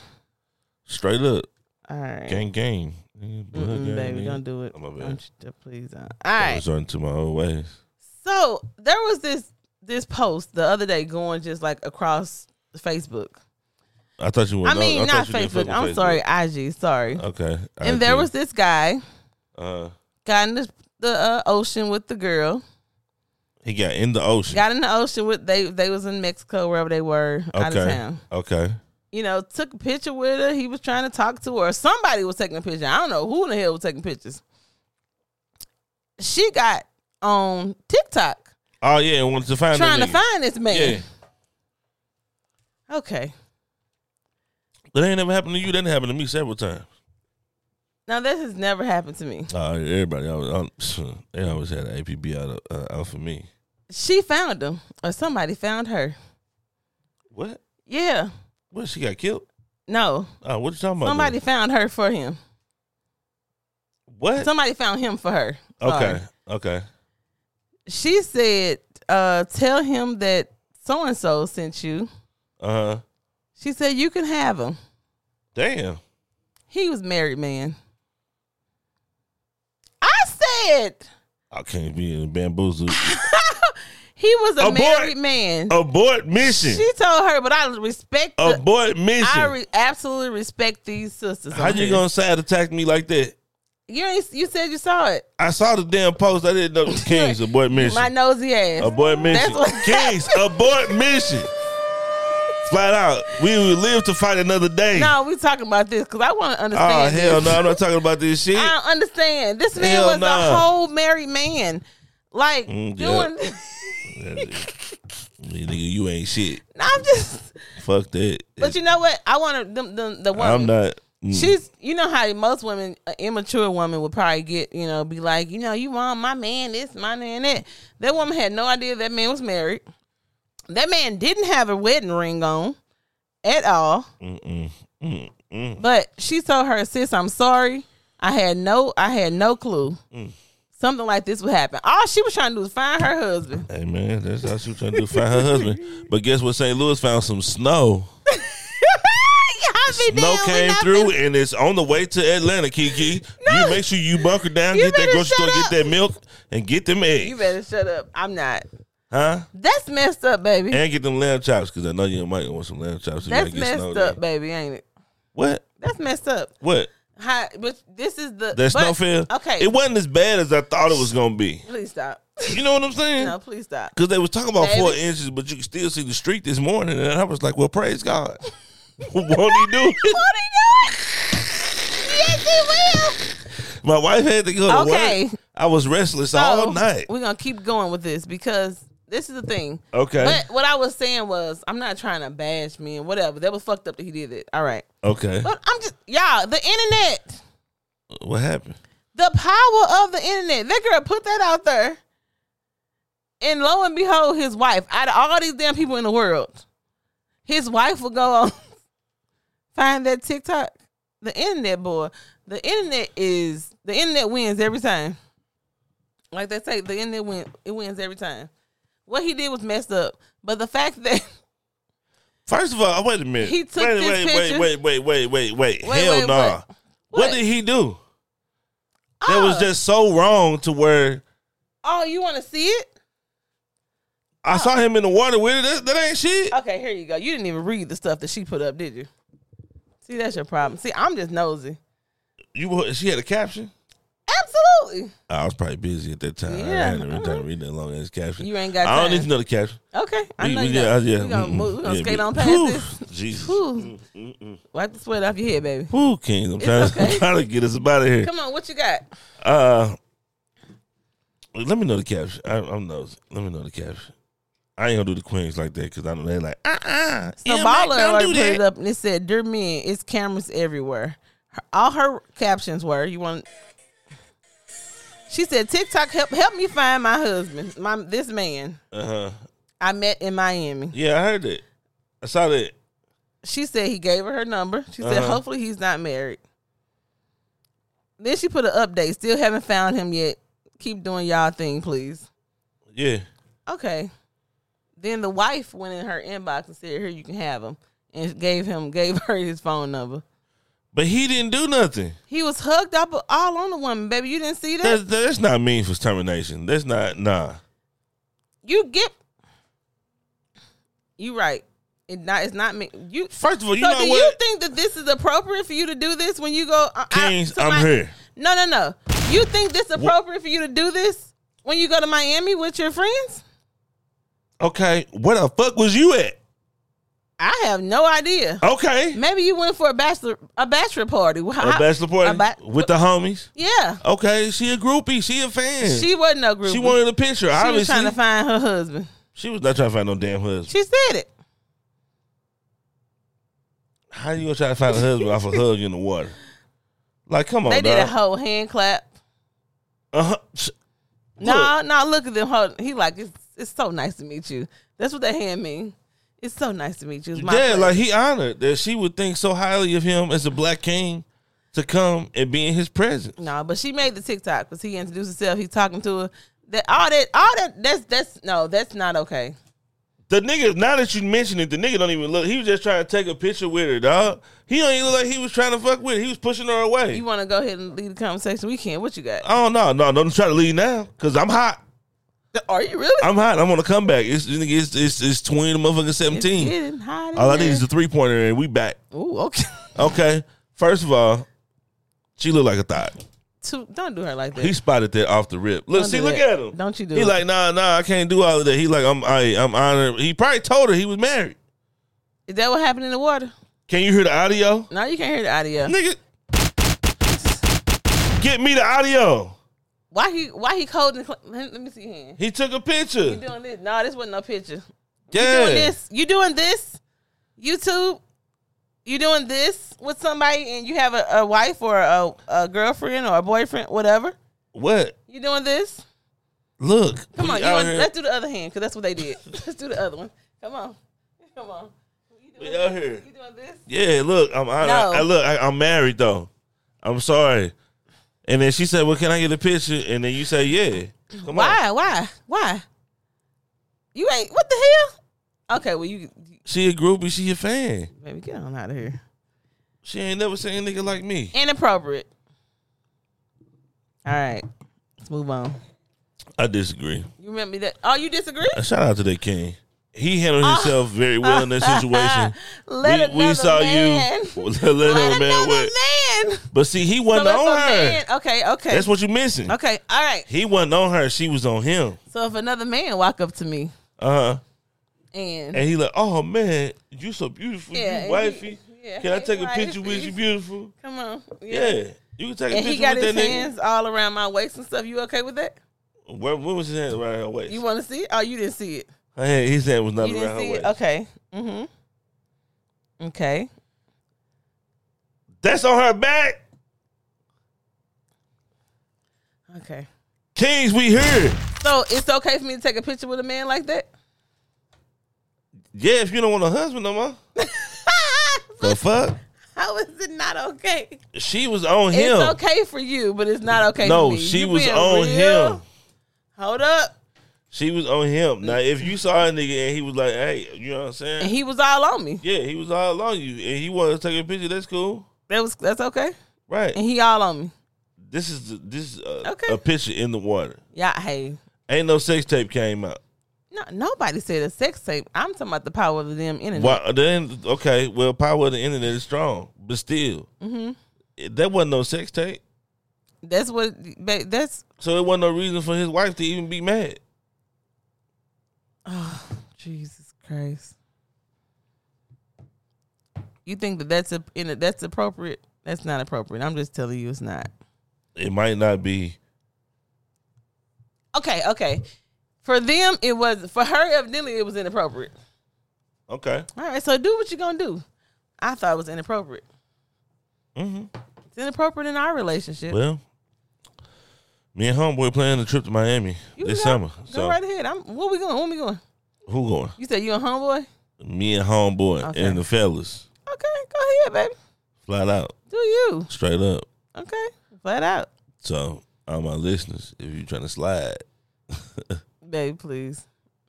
B: straight up,
A: All right.
B: gang gang. Blood
A: Mm-mm,
B: gang,
A: baby,
B: nigga.
A: don't do it.
B: I'm over
A: Don't you, please don't. All right.
B: Resorting to my old ways.
A: So there was this this post the other day going just like across Facebook.
B: I thought you were.
A: I mean,
B: I
A: not
B: thought you didn't
A: Facebook.
B: fuck
A: I'm
B: with
A: sorry, IG. Sorry.
B: Okay. I
A: and there
B: agree.
A: was this guy
B: Uh,
A: got in the, the uh, ocean with the girl.
B: he got in the ocean.
A: Got in the ocean with they. They was in Mexico wherever they were out of
B: Okay.
A: town.
B: okay.
A: you know, took a picture with her. He was trying to talk to her. Somebody was taking a picture. I don't know who in the hell was taking pictures. She got on TikTok
B: Oh yeah, and wanted to find.
A: trying
B: that
A: to
B: nigga.
A: find this man.
B: Yeah.
A: Okay.
B: That ain't never happened to you. That done happened to me several times.
A: Now this has never happened to me.
B: Uh, everybody, I was, I, they always had an APB out, of, uh, out for me.
A: She found him, or somebody found her.
B: What?
A: Yeah.
B: What? She got killed?
A: No.
B: Oh, what you talking about?
A: Somebody
B: then?
A: found her for him.
B: What?
A: Somebody found him for her. Sorry.
B: okay. Okay.
A: She said, uh, tell him that so and so sent you.
B: Uh huh.
A: She said, you can have him.
B: Damn.
A: He was married man. I said
B: I can't be in bamboozled.
A: he was a
B: Abort.
A: married man.
B: Abort mission.
A: She told her, but I respect. The,
B: Abort mission.
A: I re- absolutely respect these sisters.
B: How
A: on
B: you
A: here.
B: gonna side attack me like that?
A: You ain't. You said you saw it.
B: I saw the damn post. I didn't know it was Kings abort mission.
A: My nosy ass.
B: Abort mission.
A: That's what-
B: Kings, abort mission. Flat out. We will live to fight another day.
A: no, we talking about this because I want to
B: oh,
A: understand.
B: hell
A: this.
B: no. I'm not talking about this shit.
A: I don't understand. This man
B: Hell
A: was a
B: nah.
A: whole married man, like
B: Mm, yeah.
A: doing.
B: Nigga, you ain't shit.
A: I'm just.
B: Fuck that.
A: But you know what? I want to. The, the, the one.
B: I'm not. mm,
A: She's, you know how most women, an immature woman would probably get, you know, be like, you know, you want my man, this, my man, that. That woman had no idea that man was married. That man didn't have a wedding ring on at all.
B: mm, mm, mm.
A: But she told her sis, "I'm sorry, I had no, I had no clue
B: Mm.
A: something like this would happen." All she was trying to do was find her husband.
B: Hey, man. That's how she was trying to do. Find her husband. But guess what? St. Louis found some snow.
A: I be
B: Snow
A: down with
B: came
A: nothing.
B: through and it's on the way to Atlanta, Kiki. You make sure you bunker down,
A: You
B: get that
A: better
B: grocery store,
A: shut
B: get that milk, and get them eggs.
A: You better shut up. I'm not.
B: Huh?
A: That's messed up, baby.
B: And get them lamb chops because I know you might want some lamb chops. If
A: That's
B: you get
A: messed
B: snow
A: up,
B: day.
A: baby, ain't it?
B: What?
A: That's messed up.
B: What?
A: Hi, but this is the
B: That
A: but-
B: snow fell?
A: Okay,
B: It wasn't as bad as I thought it was gonna be.
A: please stop.
B: You know what I'm saying?
A: No, please stop.
B: Because they was talking about
A: Baby.
B: four inches, but you can still see the street this morning, and I was like, "Well, praise God." Won't he do it?
A: What are you doing? Yes, it
B: My wife had to go to
A: Okay. Oh.
B: work. I was restless
A: will.
B: all night.
A: We're gonna keep going with this because this is the thing.
B: Okay.
A: But what I was saying was, I'm not trying to bash me and whatever. That was fucked up that he did it. All right.
B: okay.
A: But I'm just y'all. The internet,
B: What happened?
A: the power of the internet. That girl put that out there, and lo and behold, his wife. Out of all these damn people in the world, his wife will go on find that TikTok. The internet, boy. The internet is the internet wins every time. Like they say, the internet win. It wins every time. What he did was messed up, but the fact that.
B: First of all, oh, wait a minute.
A: He took
B: wait,
A: this
B: wait,
A: picture-
B: wait, wait, wait, wait, wait, wait.
A: Wait,
B: Hell
A: wait,
B: nah.
A: what?
B: What? did he do? That
A: oh,
B: was just so wrong to where
A: Oh, you want to see it? Oh.
B: I saw him in the water with it. That, that ain't shit.
A: Okay, here you go. You didn't even read the stuff that she put up, did you? See, that's your problem. See, I'm just nosy.
B: You she had a caption.
A: Absolutely.
B: I was probably busy at that time. I
A: Yeah,
B: hadn't really time to read that long ass caption.
A: You ain't got
B: I don't
A: time.
B: need to know the caption.
A: Okay. I
B: We-
A: know
B: we-
A: you
B: yeah,
A: got-
B: yeah,
A: We gonna,
B: mm-mm,
A: move, we gonna
B: yeah,
A: skate
B: we-
A: on past
B: Whew,
A: this.
B: Jesus.
A: Whew. Wipe the sweat off your head, baby.
B: Woo, King. I'm trying, to,
A: okay.
B: I'm trying to get us out of here.
A: Come on, what you got?
B: Uh, let me know the caption. I, I'm nosy. Let me know the caption. I ain't gonna do the queens like that because I know they're like, uh, uh
A: So
B: Yeah, Mike,
A: Baller
B: don't
A: already
B: do
A: put
B: that.
A: it up and it said, Dear men, it's cameras everywhere. Her, all her captions were, you want She said, TikTok help help me find my husband, my this man
B: uh huh.
A: I met in Miami.
B: Yeah, I heard that. I saw that.
A: She said he gave her her number. She said,
B: Uh-huh.
A: hopefully he's not married. Then she put an update. Still haven't found him yet. Keep doing y'all thing, please.
B: Yeah.
A: Okay. Then the wife went in her inbox and said, here, you can have him. And gave him, gave her his phone number.
B: But he didn't do nothing.
A: He was hugged up all on the woman, baby. You didn't see that?
B: That's, that's not mean for termination. That's not, nah.
A: You get. You right. It not. It's not me. You.
B: First of all, you
A: so
B: know
A: do
B: what?
A: you think that this is appropriate for you to do this when you go? uh, I- I-
B: Kings, I'm
A: somebody-
B: here.
A: No, no, no. You think this appropriate for you to do this when you go to Miami with your friends?
B: Okay, where the fuck was you at?
A: I have no idea.
B: Okay,
A: Maybe you went for a bachelor a bachelor party.
B: a bachelor party
A: ba-
B: with the homies.
A: yeah,
B: Okay, she a groupie. She a fan. She,
A: she wasn't no group.
B: wanted a
A: She
B: picture. obviously,
A: was trying to find her husband.
B: she was not trying to find no damn husband.
A: She said it.
B: How you gonna try to find a husband off a hug in the water? Like, come on,
A: They did a
B: dog.
A: whole hand clap.
B: uh-huh. Sh-
A: No,
B: Look.
A: no, look at them. Hold, he like it's it's so nice to meet you. That's what that hand mean. It's so nice to meet you. It's my
B: Yeah,
A: pleasure.
B: like he honored that she would think so highly of him as a black king to come and be in his presence.
A: No, but she made the TikTok because he introduced himself. He's talking to her. That all that all that that's that's no, that's not okay.
B: The nigga, now that you mention it, the nigga don't even look. He was just trying to take a picture with her, dog. He don't even look like he was trying to fuck with her. He was pushing her away.
A: You want to go ahead and lead the conversation? We can. What you got?
B: oh no, no, don't try to leave now, cause I'm hot.
A: Are you really?
B: I'm hot. I'm on a comeback. It's it's it's, it's twenty, motherfucking
A: It's
B: seventeen.
A: getting hot. in
B: All I need
A: here.
B: is a three pointer, and we back.
A: Ooh, okay.
B: Okay, first of all, she looked like a thought.
A: Too, don't do her like that.
B: He spotted that off the rip. Look,
A: Don't
B: see,
A: do
B: look
A: that.
B: at him.
A: Don't you do
B: He
A: it.
B: like, nah, nah, I can't do all of that. He like, I'm, I, I'm honored. He probably told her he was married.
A: Is that what happened in the water?
B: Can you hear the audio,
A: No, you can't hear the audio.
B: nigga? Get me the audio.
A: Why he why he holding? the cl- Let let me see him.
B: He took a picture.
A: You doing this? No, this wasn't no picture.
B: yeah,
A: doing this. You doing this? YouTube? You doing this with somebody and you have a, a wife or a, a girlfriend or a boyfriend, whatever?
B: what?
A: You doing this?
B: Look,
A: Come
B: we
A: on, you
B: out
A: want,
B: here-
A: let's do the other hand because that's what they did. let's do the other one. Come on, come on. You doing,
B: We out here.
A: you doing this?
B: Yeah, look, I'm I,
A: No.
B: I, I- look, I, I'm married though. I'm sorry. And then she said, "Well, can I get a picture?" And then you say, "Yeah." Come on.
A: Why? Why? Why? You ain't what the hell? Okay, well you
B: She a groupie. She a fan.
A: baby get on out of here.
B: She ain't never seen a nigga like me.
A: Inappropriate. All right, let's move on.
B: I disagree.
A: You remember that? Oh, you disagree?
B: Uh, Shout out to that king. He handled himself very well in that situation.
A: Ah. Let
B: we, we
A: another
B: saw
A: man.
B: you. Let another man win.
A: man.
B: But see, he
A: So
B: wasn't
A: if a
B: on her.
A: man, okay, okay,
B: That's what you missing.
A: okay, all right.
B: He wasn't on her. She was on him.
A: So if another man walk up to me
B: Uh huh.
A: and,
B: And he like, oh man, you so beautiful,
A: yeah, and
B: you wifey.
A: he, Yeah.
B: Can I take a
A: Like,
B: picture with you, beautiful?
A: Come on.
B: Yeah. You can take a
A: And
B: picture
A: he got
B: with
A: his
B: that
A: hands all around my waist and stuff. You okay with that?
B: nigga. Where, where was his hand around her waist?
A: You want to see it? Oh, you didn't see it.
B: her hand, his hand was not
A: you
B: around
A: didn't
B: her
A: see
B: waist.
A: it. Okay. Mm-hmm. Okay.
B: That's on her back.
A: Okay.
B: Kings, we here.
A: So it's okay for me to take a picture with a man like that?
B: Yeah, if you don't want a husband no more. the fuck?
A: How is it not okay?
B: She was on him.
A: It's okay for you, but it's not okay.
B: No,
A: for me.
B: she
A: You
B: was
A: being
B: on
A: real?
B: him.
A: Hold up,
B: She was on him. Now, if you saw a nigga and he was like, hey, you know what I'm
A: and
B: saying?
A: he was all on me.
B: yeah, he was all on you and he wanted to take a picture. That's cool.
A: That was that's okay,
B: Right.
A: and he all on me.
B: This is the, this is a,
A: Okay.
B: a picture in the water.
A: Yeah, hey,
B: Ain't no sex tape came out.
A: no, nobody said a sex tape. I'm talking about the power of the damn internet.
B: Why, then okay, well, power of the internet is strong, but still, mm-hmm. that wasn't no sex tape,
A: That's what. ba- That's
B: so it wasn't no reason for his wife to even be mad.
A: Jesus Christ. You think that that's a, in a, that's appropriate? That's not appropriate. I'm just telling you, it's not.
B: It might not be.
A: Okay, okay. For them, it was for her. Evidently, it was inappropriate.
B: Okay.
A: All right, so do what you're gonna do. I thought it was inappropriate.
B: Mm-hmm.
A: It's inappropriate in our relationship.
B: Well, me and homeboy planning a trip to Miami
A: You
B: this
A: go,
B: summer.
A: Go
B: So
A: right ahead. I'm. Where we going? Where we going?
B: who going?
A: You said you a homeboy.
B: Me and homeboy
A: Okay.
B: and the fellas,
A: Okay, go ahead, baby.
B: flat out,
A: Do you?
B: straight up.
A: Okay, flat out,
B: So all my listeners, if you trying to slide,
A: baby. Please.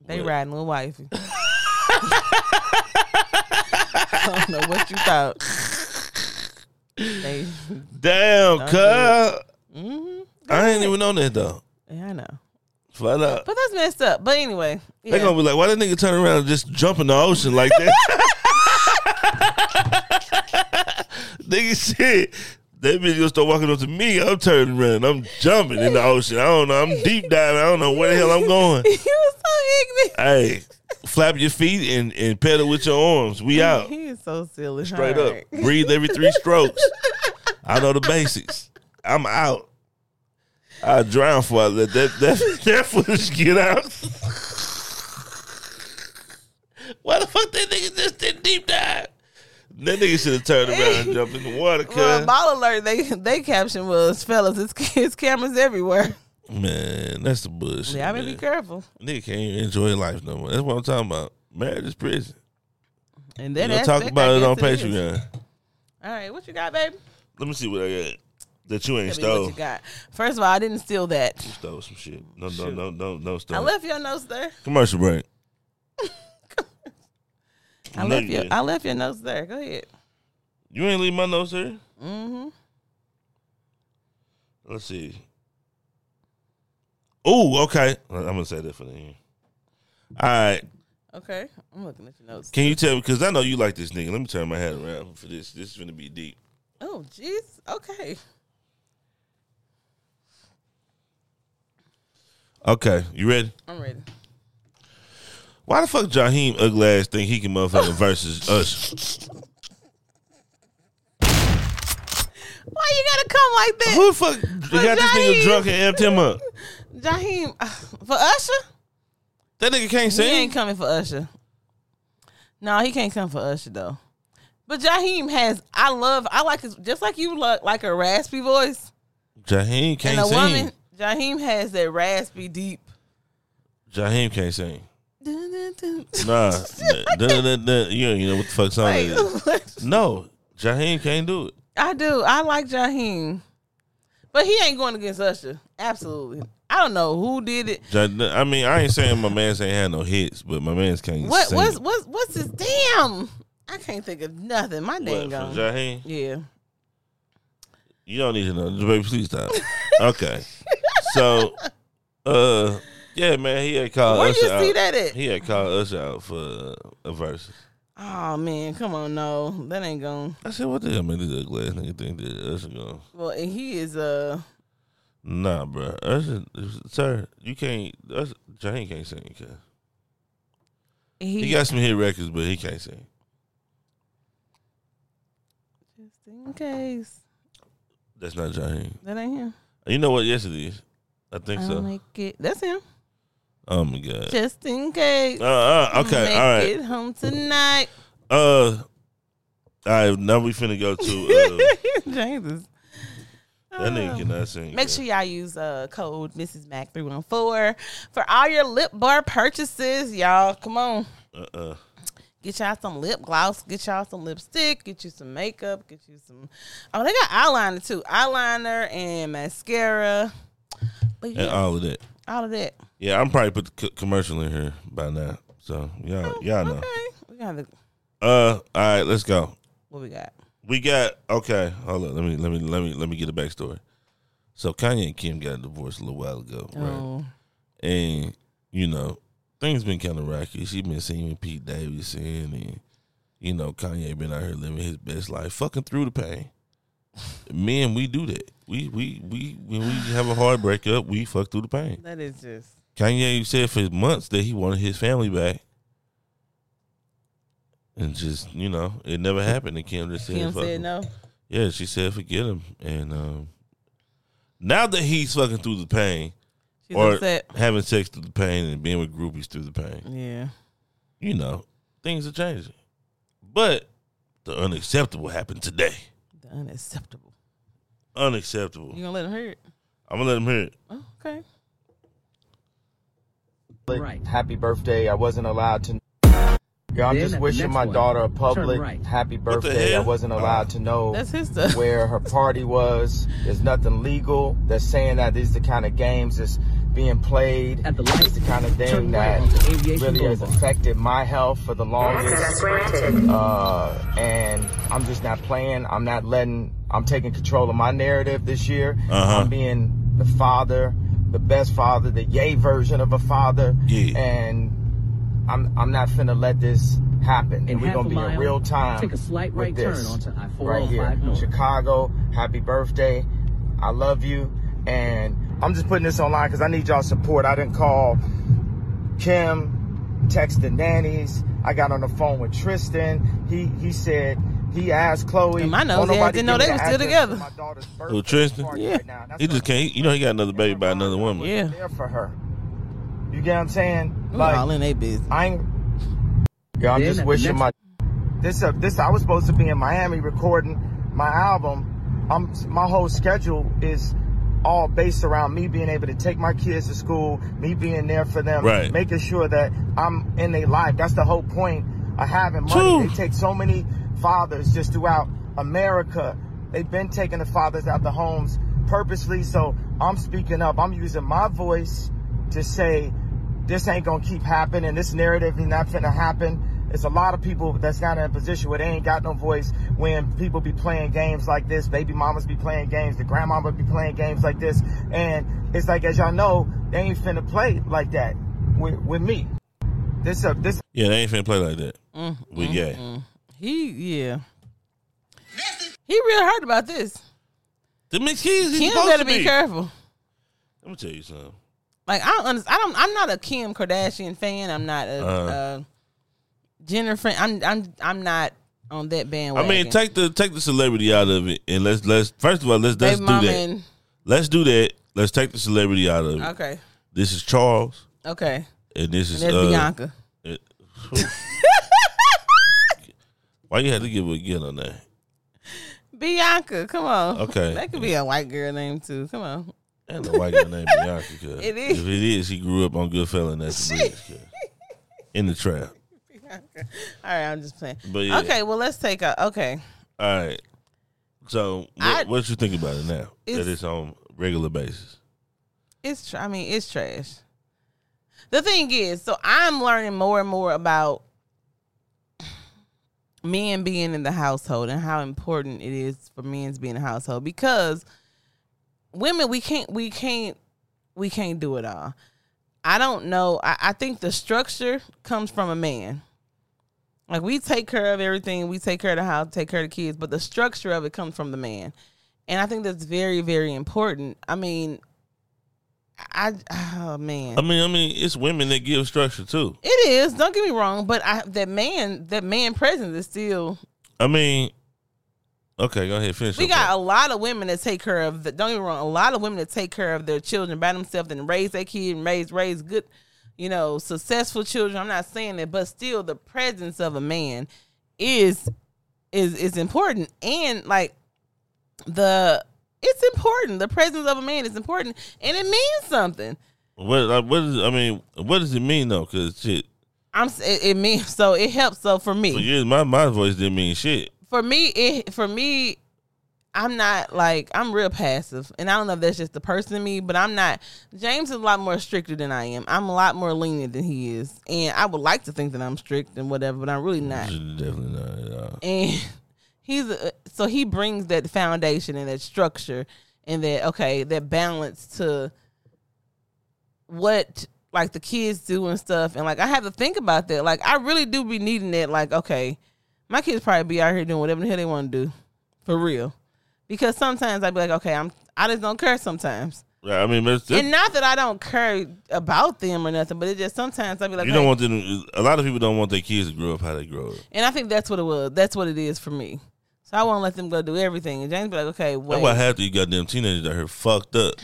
A: They
B: What?
A: riding with wifey. I don't know what you thought. They,
B: damn,
A: Don't do
B: cuz
A: hmm
B: I ain't even on that though.
A: Yeah, I know.
B: Flat out.
A: But that's messed up. But anyway, yeah.
B: They're gonna be like, why that nigga turn around and just jump in the ocean like that? nigga shit. That bitch gonna start walking up to me. I'm turning around. I'm jumping in the ocean. I don't know. I'm deep diving. I don't know where the hell I'm going.
A: you was
B: Hey, flap your feet and, and pedal with your arms. We
A: so ignorant.
B: out.
A: He is so silly.
B: Straight
A: All
B: up.
A: right.
B: Breathe every three strokes. I know the basics. I'm out. I drown before I let that that that footage get out. Why the fuck that nigga just did deep dive? That nigga should have turned around and jumped in the water,
A: Well,
B: cuz.
A: ball alert! They they caption was fellas. It's, it's cameras everywhere.
B: Man, that's the bullshit.
A: Yeah, I mean, be
B: man.
A: careful.
B: Nigga can't even enjoy life no more. That's what I'm talking about. Marriage is prison.
A: And
B: We're
A: then
B: gonna talk about it on Patreon.
A: All right, what you got, babe?
B: Let me see what I got that you ain't
A: Tell me what
B: stole.
A: you got. First of all, I didn't steal that.
B: Stole some shit. No, no, no, no, no,
A: I
B: stole.
A: left your notes there.
B: Commercial break.
A: I
B: No,
A: left
B: you
A: your
B: didn't.
A: I left your notes there. Go ahead.
B: You ain't leave my notes here.
A: Mm-hmm.
B: Let's see. Oh, okay. I'm gonna say that for the end. All right.
A: Okay, I'm looking at your notes.
B: Can you tell me? Because I know you like this nigga. Let me turn my head around for this. This is gonna be deep.
A: Oh, jeez. Okay.
B: Okay, you ready?
A: I'm ready.
B: Why the fuck Jaheim ugly ass think he can motherfucking versus us?
A: Why you gotta come like that,
B: Who the fuck got this
A: Jaheim.
B: nigga drunk and amped him up?
A: Jaheim? For Usher?
B: That nigga can't
A: He
B: sing.
A: ain't coming for Usher. No, he can't come for Usher though. But Jaheim has. I love. I like his just like you look like a raspy voice
B: Jaheim can't
A: and a
B: sing.
A: woman. Jaheim has that raspy deep.
B: Jaheim can't sing.
A: Dun, dun, dun.
B: Nah, Duh, duh, duh, duh. you don't even know what the fuck song that is.
A: Like,
B: No, Jaheim can't do it.
A: I do. I like Jaheim, but he ain't going against Usher. Absolutely. I don't know who did it.
B: Ja- I mean, I ain't saying my man's ain't had no hits, but my man's can't
A: What?
B: sing.
A: What's? What's? What's his damn? I can't think of nothing. My
B: What,
A: dang
B: from
A: gone.
B: Jaheim?
A: Yeah.
B: You don't need to know. Baby, please stop. okay. So, uh, yeah, man, he had called
A: Where
B: Usher
A: you see
B: out.
A: that at?
B: He had called Usher out for uh, a verse.
A: Oh man, come on, no, that ain't going.
B: I said, what the hell, man, this ugly ass nigga think that Usher going?
A: Well, and he is uh
B: Nah, bro. Usher, sir, you can't, Usher, Jaheim can't sing. Cause
A: he,
B: he got some hit records, but he can't sing.
A: in case.
B: That's not Jaheim.
A: That ain't him.
B: You know what? Yes, it is. I think
A: I'll
B: so.
A: make it. That's him.
B: oh my god.
A: Just in case.
B: Uh, uh,
A: Make
B: okay.
A: it home tonight.
B: All right. Uh. All right. Now we finna go to.
A: Jesus. Ah.
B: Uh, that nigga cannot sing.
A: Make sure y'all use uh, code Mrs. Mac three one four for all your lip bar purchases, y'all. Come on,
B: Uh. uh
A: get y'all some lip gloss, get y'all some lipstick, get you some makeup, get you some. Oh, they got eyeliner too, eyeliner and mascara. But
B: And uh,
A: yeah,
B: all of that.
A: all of that.
B: Yeah, I'm probably put the co- commercial in here by now. So y'all, y'all know.
A: Oh, Okay, we got the,
B: Uh. All right. Let's go.
A: what we got.
B: We got okay. Hold on. Let me let me let me let me get a backstory. So Kanye and Kim got divorced a little while ago, right?
A: Oh,
B: And you know things been kind of rocky. She been seeing Pete Davidson, and you know Kanye been out here living his best life, fucking through the pain. Men, we do that. We we we when we have a hard breakup, we fuck through the pain.
A: that is just
B: Kanye said for months that he wanted his family back. And just, you know, it never happened. And Kim just said,
A: Kim
B: fuck
A: said
B: him.
A: no.
B: Yeah, she said forget him. And um, now that he's fucking through the pain
A: She's
B: or
A: upset.
B: having sex through the pain and being with groupies through the pain,
A: Yeah,
B: you know, things are changing. But the unacceptable happened today.
A: the unacceptable.
B: Unacceptable.
A: You gonna let him hear it?
B: I'm gonna let him hear it.
A: Oh, okay.
C: Like,
D: Right.
C: Happy birthday. I wasn't allowed to. Yeah, I'm
D: Then
C: just wishing
D: next
C: my
D: one.
C: daughter a
D: Turn
C: public
D: right.
C: happy
B: What the
C: birthday. I
B: hell? Uh,
C: wasn't allowed to know
A: That's his stuff.
C: where her party was. There's nothing legal that's saying that these are the kind of games that's being played.
D: At the
C: it's the
D: light,
C: kind of thing
D: turn right
C: that
D: onto Aviation
C: really has
D: Boulevard.
C: affected my health for the longest. Uh, and I'm just not playing. I'm not letting. I'm taking control of my narrative this year.
B: Uh-huh.
C: I'm being the father, the best father, the yay version of a father.
B: Yeah.
C: And I'm I'm not finna let this happen.
D: In
C: and we're
D: half
C: gonna
D: a
C: be in
D: mile,
C: real time.
D: take a slight
C: with
D: right
C: this
D: turn onto I-405
C: right here,
D: North.
C: Chicago. Happy birthday. I love you. And I'm just putting this online because I need y'all support. I didn't call Kim, text the nannies. I got on the phone with Tristan. He he said he asked Chloe.
A: And my nose
C: "Won't
A: ass
C: nobody
A: didn't know
C: give me
A: they were
C: the
A: still
C: address
A: together."
C: for my daughter's
B: Who,
C: birthday
B: Tristan?
C: party
A: Yeah.
C: right now." That's
B: He just
C: what
B: can't, you know, he got another baby by another woman.
A: Yeah.
C: I'm there for her. You get what I'm saying?
A: We
C: Like
A: all in their business.
C: I ain't. Yo, I'm
D: Then
C: just
D: the
C: wishing
D: next-
C: my. This uh, this I was supposed to be in Miami recording my album. I'm my whole schedule is all based around me being able to take my kids to school, me being there for them,
B: Right.
C: making sure that I'm in their life. That's the whole point of having money.
B: True.
C: They take so many fathers just throughout America. They've been taking the fathers out the homes purposely. So I'm speaking up. I'm using my voice to say this ain't gonna keep happening. This narrative is not finna happen. It's a lot of people that's not in a position where they ain't got no voice. When people be playing games like this, baby mamas be playing games, the grandmama be playing games like this, and it's like as y'all know, they ain't finna play like that with, with me. This a this
B: Yeah, they ain't finna play like that.
A: Mm-hmm.
B: we gay.
A: He yeah. He real hurt about this.
B: The mixed kids, he's
A: Kim
B: supposed
A: better
B: to
A: be.
B: be.
A: careful.
B: Let me tell you something.
A: Like I don't understand. I don't. I'm not a Kim Kardashian fan. I'm not a
B: Uh.
A: uh, Jenner fan. I'm I'm I'm not on that
B: I
A: bandwagon.
B: mean, take the take the celebrity out of it, and let's let's first of all let's let's
A: Baby
B: do
A: mama
B: that.
A: and-
B: Let's do that. Let's take the celebrity out of it.
A: okay,
B: This is Charles,
A: okay.
B: and this is
A: There's
B: uh,
A: Bianca.
B: it- why you had to give a get on that?
A: Bianca, come on.
B: Okay.
A: that could be a white girl name too. Come on.
B: Ain't no white girl named Bianca. cuz.
A: It is.
B: If it is, he grew up on Goodfellas. and That's the business, cuz. in the trap.
A: Bianca. All right, I'm just playing.
B: But yeah.
A: Okay, well let's take a okay.
B: All right. So, what,
A: I-
B: what you think about it now?
A: It's-
B: that it's on regular basis.
A: It's tr- I mean, it's trash. The thing is, so I'm learning more and more about men being in the household and how important it is for men to be in the household because women we can't we can't we can't do it all. I don't know. I, I think the structure comes from a man. Like we take care of everything, we take care of the house, take care of the kids, but the structure of it comes from the man. And I think that's very, very important. I mean, I oh man,
B: I mean, I mean, it's women that give structure too.
A: it is. Don't get me wrong, but I that man, that man presence is still
B: I mean, Okay, go ahead. Finish.
A: We
B: your
A: got
B: point.
A: a lot of women that take care of. The, don't get me wrong. A lot of women that take care of their children by themselves and raise their kid and raise raise good, you know, successful children. I'm not saying that, but still, the presence of a man is is is important. And like the, it's important. The presence of a man is important, and it means something.
B: what? Like, what is? I mean, what does it mean though? Because shit,
A: I'm s- it, it means so it helps. So for me,
B: for years my my voice didn't mean shit.
A: for me, it for me, I'm not like I'm real passive, and I don't know if that's just the person in me, but I'm not. James is a lot more stricter than I am. I'm a lot more lenient than he is, and I would like to think that I'm strict and whatever, but I'm really not.
B: Definitely not. At all.
A: And he's a, so he brings that foundation and that structure and that okay, that balance to what like the kids do and stuff. And like I have to think about that. Like I really do be needing that. Like okay, my kids probably be out here doing whatever the hell they want to do, for real. Because sometimes I be like, okay, I'm I just don't care sometimes.
B: Right, I mean, that's,
A: And not that I don't care about them or nothing, but it just sometimes I be like,
B: you
A: hey,
B: don't want them. A lot of people don't want their kids to grow up how they grow up.
A: and I think that's what it was. That's what it is for me. So I won't let them go do everything. And James be like, okay, wait.
B: That's why half these goddamn teenagers out here fucked up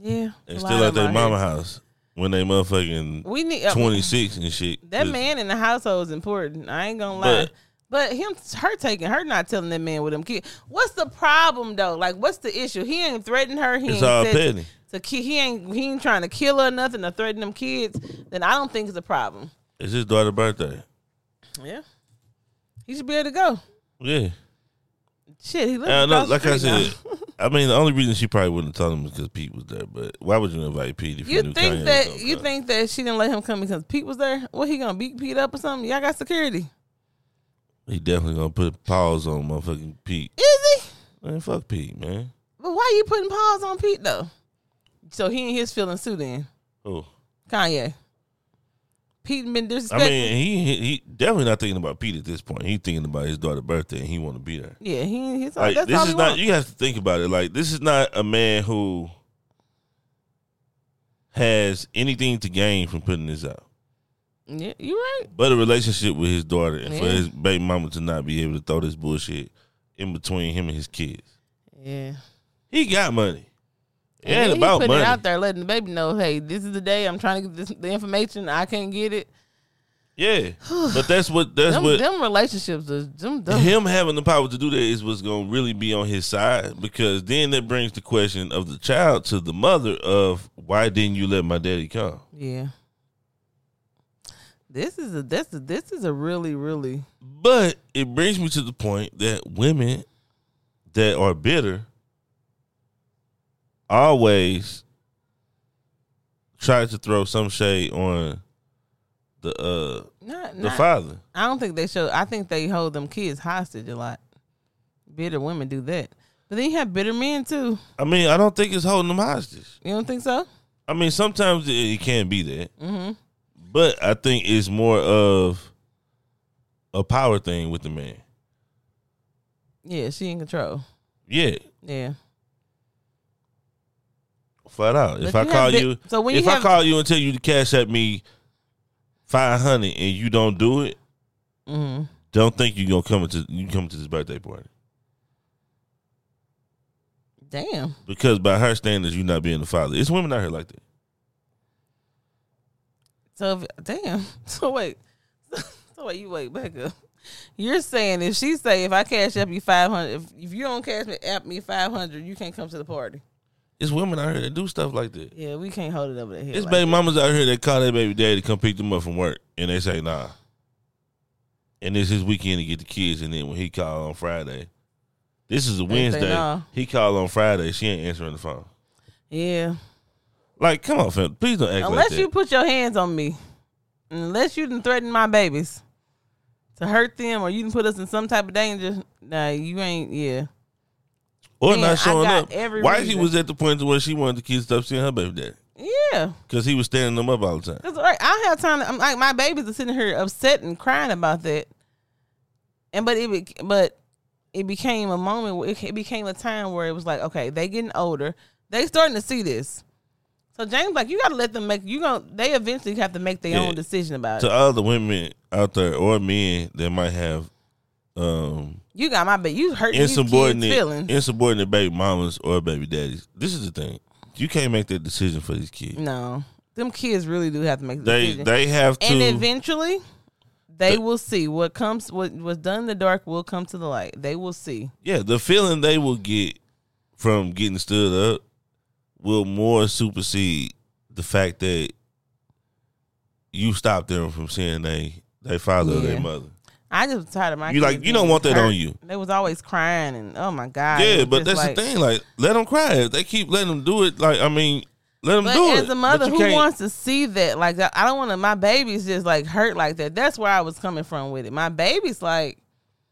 A: Yeah. a
B: and
A: lot
B: still
A: of
B: at their
A: them out
B: mama
A: here.
B: house when they motherfucking
A: We need uh,
B: twenty six and shit.
A: that
B: Just-
A: man in the household is important. I ain't gonna lie.
B: But-
A: But, him, her taking, her not telling that man with them kids. What's the problem though? Like, what's the issue? He ain't threatened her. He
B: It's
A: ain't
B: all
A: said to-
B: petty.
A: To, ki- he ain't he ain't trying to kill her or nothing or threaten them kids. Then I don't think it's a problem.
B: It's his daughter's birthday.
A: Yeah. He should be able to go.
B: Yeah.
A: Shit, he lives
B: Uh, no,
A: across the
B: like I
A: street now.
B: said, I mean, the only reason she probably wouldn't tell him is because Pete was there. But why would you invite Pete if you,
A: You
B: knew
A: think
B: Kanye was
A: that
B: gonna
A: you
B: come?
A: think that she didn't let him come because Pete was there? What he gonna beat Pete up or something? Y'all got security?
B: he definitely gonna put pause on motherfucking Pete?
A: Is he?
B: Man, fuck Pete, man.
A: But why you putting paws on Pete though? So he and his feelings too. Then
B: Oh,
A: Kanye, Pete been
B: I
A: disrespectful.
B: mean, he, he he definitely not thinking about Pete at this point. He thinking about his daughter's birthday and he want to be there.
A: yeah, he he's all,
B: Like
A: that's
B: this
A: all
B: is
A: he
B: not.
A: wants.
B: You have to think about it. Like this is not a man who has anything to gain from putting this out,
A: yeah, you right.
B: but a relationship with his daughter and for
A: Yeah.
B: his baby mama to not be able to throw this bullshit in between him and his kids.
A: Yeah,
B: He got money. It ain't
A: he
B: about
A: putting
B: money.
A: it out there, letting the baby know, hey, this is the day I'm trying to get this, the information. I can't get it.
B: Yeah, but that's what that's
A: Them,
B: what
A: them relationships is them. them
B: him having the power to do that is what's going to really be on his side because then that brings the question of the child to the mother of why didn't you let my daddy come?
A: yeah. This is a this is this is a really really
B: But it brings me to the point that women that are bitter always try to throw some shade on the uh
A: not
B: the
A: not
B: father.
A: I don't think they show. I think they hold them kids hostage a lot. Bitter women do that, but then you have bitter men too.
B: I mean, I don't think it's holding them hostage.
A: You don't think so? Mm-hmm.
B: I mean, sometimes it, it can be that, but I think it's more of a power thing with the man.
A: Yeah, she in control.
B: Yeah,
A: Yeah,
B: flat out. if
A: But
B: I
A: you have
B: call
A: big-
B: you,
A: so when you
B: if I
A: have-
B: call you and tell you to cash at me five hundred and you don't do it,
A: hmm
B: don't think you gonna come into you come to this birthday party
A: damn.
B: because by her standards, you not being the father. It's women out here like that.
A: So if, damn. So wait. So wait. You wait back up. You're saying if she say if I cash up you five hundred, if, if you don't cash me up me five hundred, you can't come to the party.
B: It's women out here that do stuff like that.
A: Yeah, we can't hold it over the head.
B: It's
A: like
B: baby
A: that.
B: mamas out here that call their baby daddy to come pick them up from work, and they say nah. And it's his weekend to get the kids, and then when he called on Friday, this is a
A: say
B: Wednesday.
A: nah.
B: He called on Friday. She ain't answering the phone.
A: Yeah,
B: Like, come on, fam. Please don't act
A: unless
B: like
A: you
B: that.
A: put your hands on me, unless you done threaten my babies to hurt them, or you can put us in some type of danger. Nah, you ain't. Yeah,
B: Or
A: Man, I
B: not showing
A: got
B: up.
A: every
B: Why he
A: reason.
B: was at the point to where she wanted the kids to stop seeing her baby daddy
A: yeah.
B: because he was standing them up all the time.
A: Cause like, I don't have time. To, I'm like my babies are sitting here upset and crying about that. And but it bec- but it became a moment. Where it, it became a time where it was like, okay, they getting older. They starting to see this. So James, like, you gotta let them make. You gonna they eventually have to make their
B: Yeah.
A: own decision about
B: To
A: it.
B: all the women out there or men that might have um,
A: You got my baby. You hurt these kids'
B: insubordinate,
A: feelings.
B: insubordinate baby mamas or baby daddies. This is the thing. You can't make that decision for these kids.
A: No, them kids really do have to make the
B: They
A: decision.
B: they have to.
A: and eventually, they will see what comes. What was done in the dark will come to the light. They will see.
B: yeah, the feeling they will get from getting stood up will more supersede the fact that you stopped them from seeing they they father or
A: Yeah.
B: their mother.
A: I just was tired of my.
B: You like-
A: kids
B: you don't
A: being
B: want that
A: hurt.
B: on you.
A: They was always crying and oh my god. it
B: yeah,
A: was
B: but
A: just
B: that's
A: like-
B: the thing. Like, let them cry. If they keep letting them do it, like I mean, let them
A: But
B: do it.
A: as a mother
B: But you
A: who
B: can't-
A: wants to see that, like I I don't want to, my baby's just like hurt like that. That's where I was coming from with it. My baby's like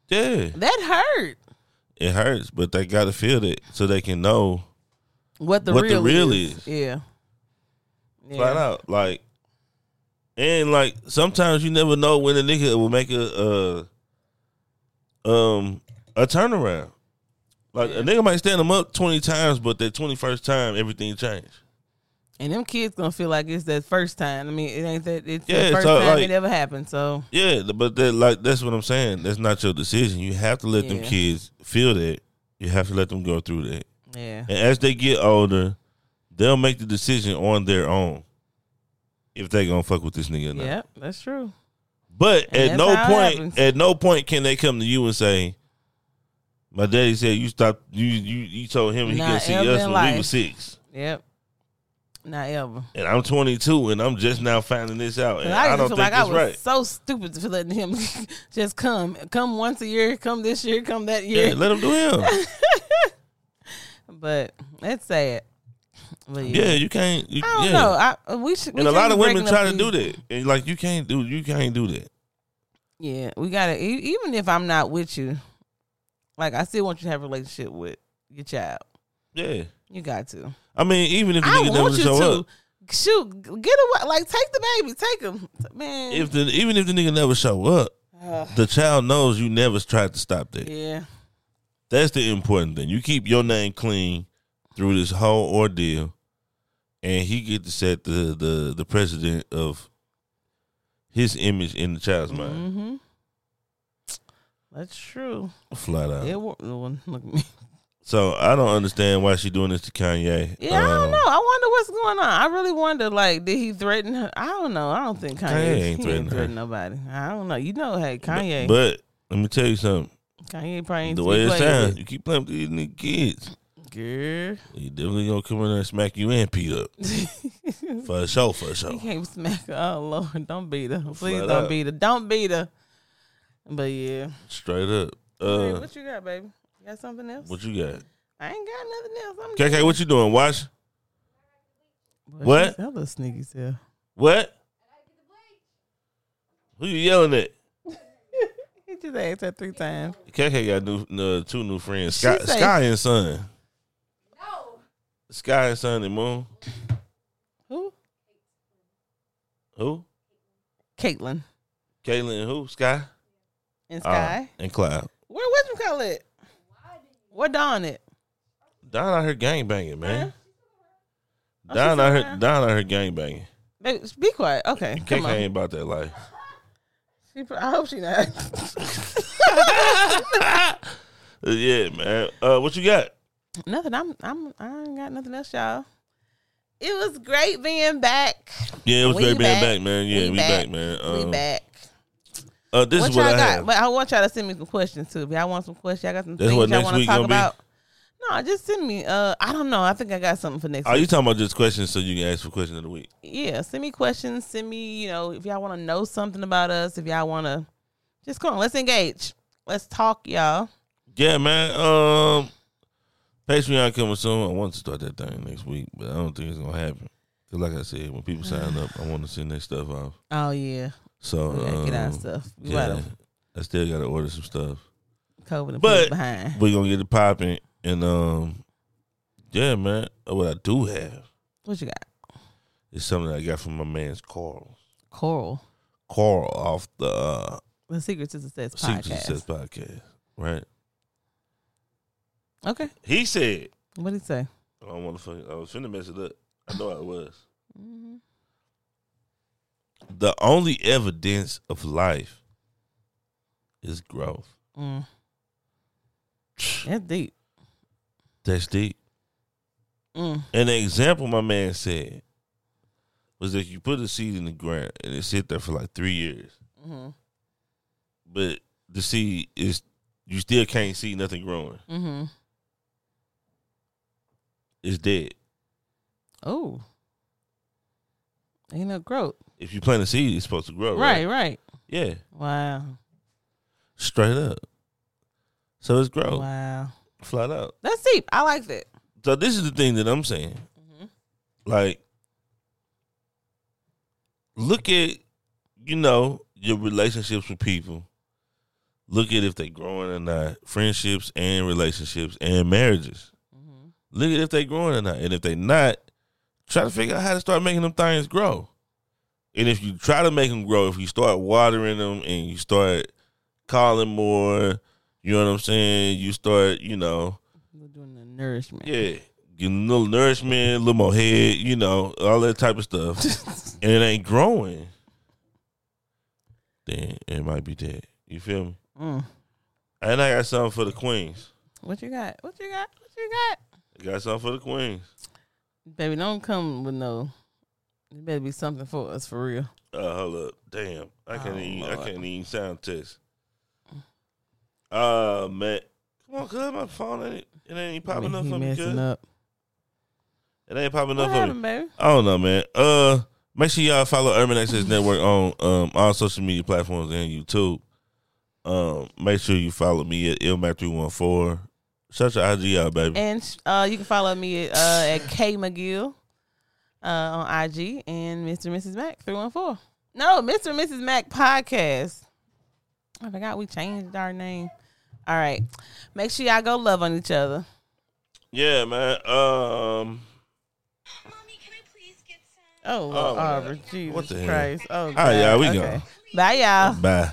B: yeah,
A: that hurt.
B: it hurts, but they got to feel it so they can know
A: What the
B: What the
A: real
B: real
A: is. Yeah.
B: flat out. Like, and like sometimes you never know when a nigga will make a uh, um a turnaround. Like a nigga might stand them up twenty times, but that twenty first time everything changed.
A: And them kids gonna feel like it's that first time. I mean, it ain't that. It's
B: Yeah,
A: the first
B: so,
A: time
B: like-
A: it ever happened. So
B: Yeah, but that like that's what I'm saying. That's not your decision. You have to let them
A: Yeah.
B: kids feel that. You have to let them go through that.
A: yeah,
B: And as they get older, they'll make the decision on their own if they gonna fuck with this nigga or not.
A: yep, that's true.
B: But
A: And that's
B: at no
A: how it
B: point,
A: happens.
B: at no point can they come to you and say, "My daddy said you stopped. You you you told him he
A: Not
B: could see
A: ever
B: us
A: in
B: when we
A: life.
B: were six,
A: Yep, not ever.
B: and I'm 22, and I'm just now finding this out, and
A: And I,
B: I,
A: used to
B: don't
A: feel like
B: think
A: I
B: that's
A: was
B: right."
A: so stupid for letting him just come, come once a year, come this year, come that year.
B: Yeah, let him do him.
A: but that's sad. But yeah,
B: yeah, you can't. You,
A: I don't
B: yeah.
A: know. I we should. we
B: and a
A: should
B: lot
A: be
B: of women
A: breaking
B: try
A: up
B: to do
A: these-
B: that, and like you can't do you can't do that.
A: Yeah, we gotta. e- Even if I'm not with you, like I still want you to have a relationship with your child.
B: Yeah,
A: You got to.
B: I mean, even if the
A: I
B: nigga
A: want
B: never
A: you
B: show
A: to
B: up,
A: shoot. Get away. Like take the baby. Take him, man.
B: if the even if the nigga never show up,
A: Ugh.
B: the child knows you never tried to stop that.
A: yeah,
B: That's the important thing. You keep your name clean through this whole ordeal, and he get to set the the the president of his image in the child's mind,
A: mm-hmm. That's true.
B: flat out.
A: It wor- well, Look at me.
B: So I don't understand why she doing this to Kanye.
A: Yeah, I
B: Um,
A: don't know. I wonder what's going on. I really wonder. Like, did he threaten her? I don't know. I don't think Kanye,
B: Kanye ain't
A: he
B: threatened her.
A: threatened nobody. I don't know. You know, hey, Kanye.
B: But, but let me tell you something.
A: Kanye probably ain't
B: The
A: to
B: way
A: be
B: it
A: played
B: sounds,
A: with.
B: you keep playing with these nigga kids.
A: Girl.
B: He definitely gonna come in there and smack you and Pete up for sure, for
A: You
B: sure.
A: can't smack her. Oh Lord, don't beat her. Please
B: Flat
A: don't
B: out.
A: beat her. Don't beat her. But yeah.
B: Straight up.
A: Hey,
B: Uh,
A: what you got, baby? You got something else?
B: what you got?
A: I ain't got nothing else. I'm
B: KK, what you doing? Watch
A: Boy,
B: what?
A: she's- That little sneaky self.
B: what? Who you yelling at?
A: He just asked that three times.
B: KK got new uh, two new friends, Sky,
A: say-
B: Sky and Sun. No. Sky and Sun and Moon.
A: Who?
B: Who?
A: Caitlin
B: Caitlin and who? Sky.
A: and
B: Uh,
A: Sky.
B: and Cloud.
A: Where what you call it? What Don it?
B: Don out here gang banging, man.
A: Huh? Oh,
B: Don
A: she's
B: out here.
A: around.
B: Don out here gang banging.
A: Baby, be quiet. Okay, come
B: KK
A: on.
B: ain't about that life.
A: She, pro- I hope she not.
B: Uh, yeah, man. Uh, what you got?
A: nothing. I'm. I'm. I ain't got nothing else, y'all. It was great being back.
B: Yeah, it was
A: We
B: great being
A: back.
B: back, man. Yeah, we,
A: We
B: back.
A: back.
B: man. Um,
A: we back.
B: Uh, this
A: what
B: is what
A: y'all
B: I
A: got?
B: have.
A: But I want y'all to send me some questions too. If y'all want some questions, y'all got some
B: That's
A: things
B: what
A: y'all
B: next
A: want to
B: week
A: talk
B: gonna be?
A: about. No, just send me. Uh, I don't know. I think I got something for next
B: Are
A: week.
B: you talking about just questions so you can ask for question of the week?
A: yeah, send me questions. Send me, you know, if y'all want to know something about us, if y'all want to, just come on, let's engage. Let's talk, y'all.
B: Yeah, man. Um, Patreon coming soon. I want to start that thing next week, but I don't think it's gonna happen. Cause like I said, when people sign up, I want to send their stuff off.
A: Oh yeah,
B: So
A: we gotta get our
B: um,
A: stuff. We
B: yeah,
A: gotta
B: I still gotta order some stuff.
A: COVID and
B: But-
A: put it behind.
B: We're gonna get it popping, and um, yeah, man. Uh, What I do have
A: What you got?
B: is something I got from my man's Carl.
A: Coral.
B: Carl off the uh,
A: The Secret to Success podcast.
B: Secret Success podcast, right?
A: Okay.
B: He said,
A: What did he say?
B: "I don't want to fucking. I was finna mess it up. I know I was."
A: hmm
B: the only evidence of life is growth.
A: Mm. That's deep.
B: That's deep.
A: Mm.
B: And the example my man said was that you put a seed in the ground and it sit there for like three years,
A: Mm-hmm.
B: but the seed is you still can't see nothing growing.
A: Mm-hmm.
B: It's dead.
A: Oh. Ain't no growth.
B: If you plant a seed, it's supposed to grow.
A: Right,
B: Oh, Right.
A: right.
B: Yeah.
A: Wow.
B: Straight up. So it's growth.
A: Wow.
B: Flat out.
A: That's deep. I like that.
B: So this is the thing that I'm saying.
A: Mhm.
B: Like, look at, you know, your relationships with people. Look at if they growing or not. Friendships and relationships and marriages.
A: Mhm.
B: Look at if they growing or not. And if they not, try to figure out how to start making them things grow. And if you try to make them grow, if you start watering them and you start calling more, you know what I'm saying? You start, you know,
A: We're doing the nourishment.
B: yeah. Getting a little nourishment, a little more head, you know, all that type of stuff. and it ain't growing. Then it might be dead. You feel me?
A: Mm.
B: And I got something for the queens.
A: What you got? What you got? What you got?
B: I got something for the queens.
A: Baby, don't come with no. There better be something for us for real.
B: Uh, hold up. Damn. I can't
A: Oh,
B: even I
A: Lord.
B: can't even sound test. Uh man. Come on, cuz my phone ain't it ain't popping
A: Man,
B: up
A: he
B: for me, cuz.
A: messing up.
B: It ain't popping
A: What
B: up for me.
A: happened, baby?
B: I don't know, man. Uh, make sure y'all follow Urban Access Network on um all social media platforms and YouTube. Um, make sure you follow me at ilmac three one four. Shout your IG out, baby.
A: And uh, you can follow me at, uh, at K McGill uh, on IG and Mr. and Mrs. Mac 314. No, Mr. and Mrs. Mac podcast. I forgot we changed our name. All right. Make sure y'all go love on each other.
B: Yeah, man. Um,
D: Mommy, can I please get some?
A: Oh,
B: Oh,
A: Lord, Aubrey, Jesus
B: What the hell?
A: Christ. Oh,
B: right, y'all, we
A: God.
B: go.
A: Okay. Bye, y'all.
B: bye.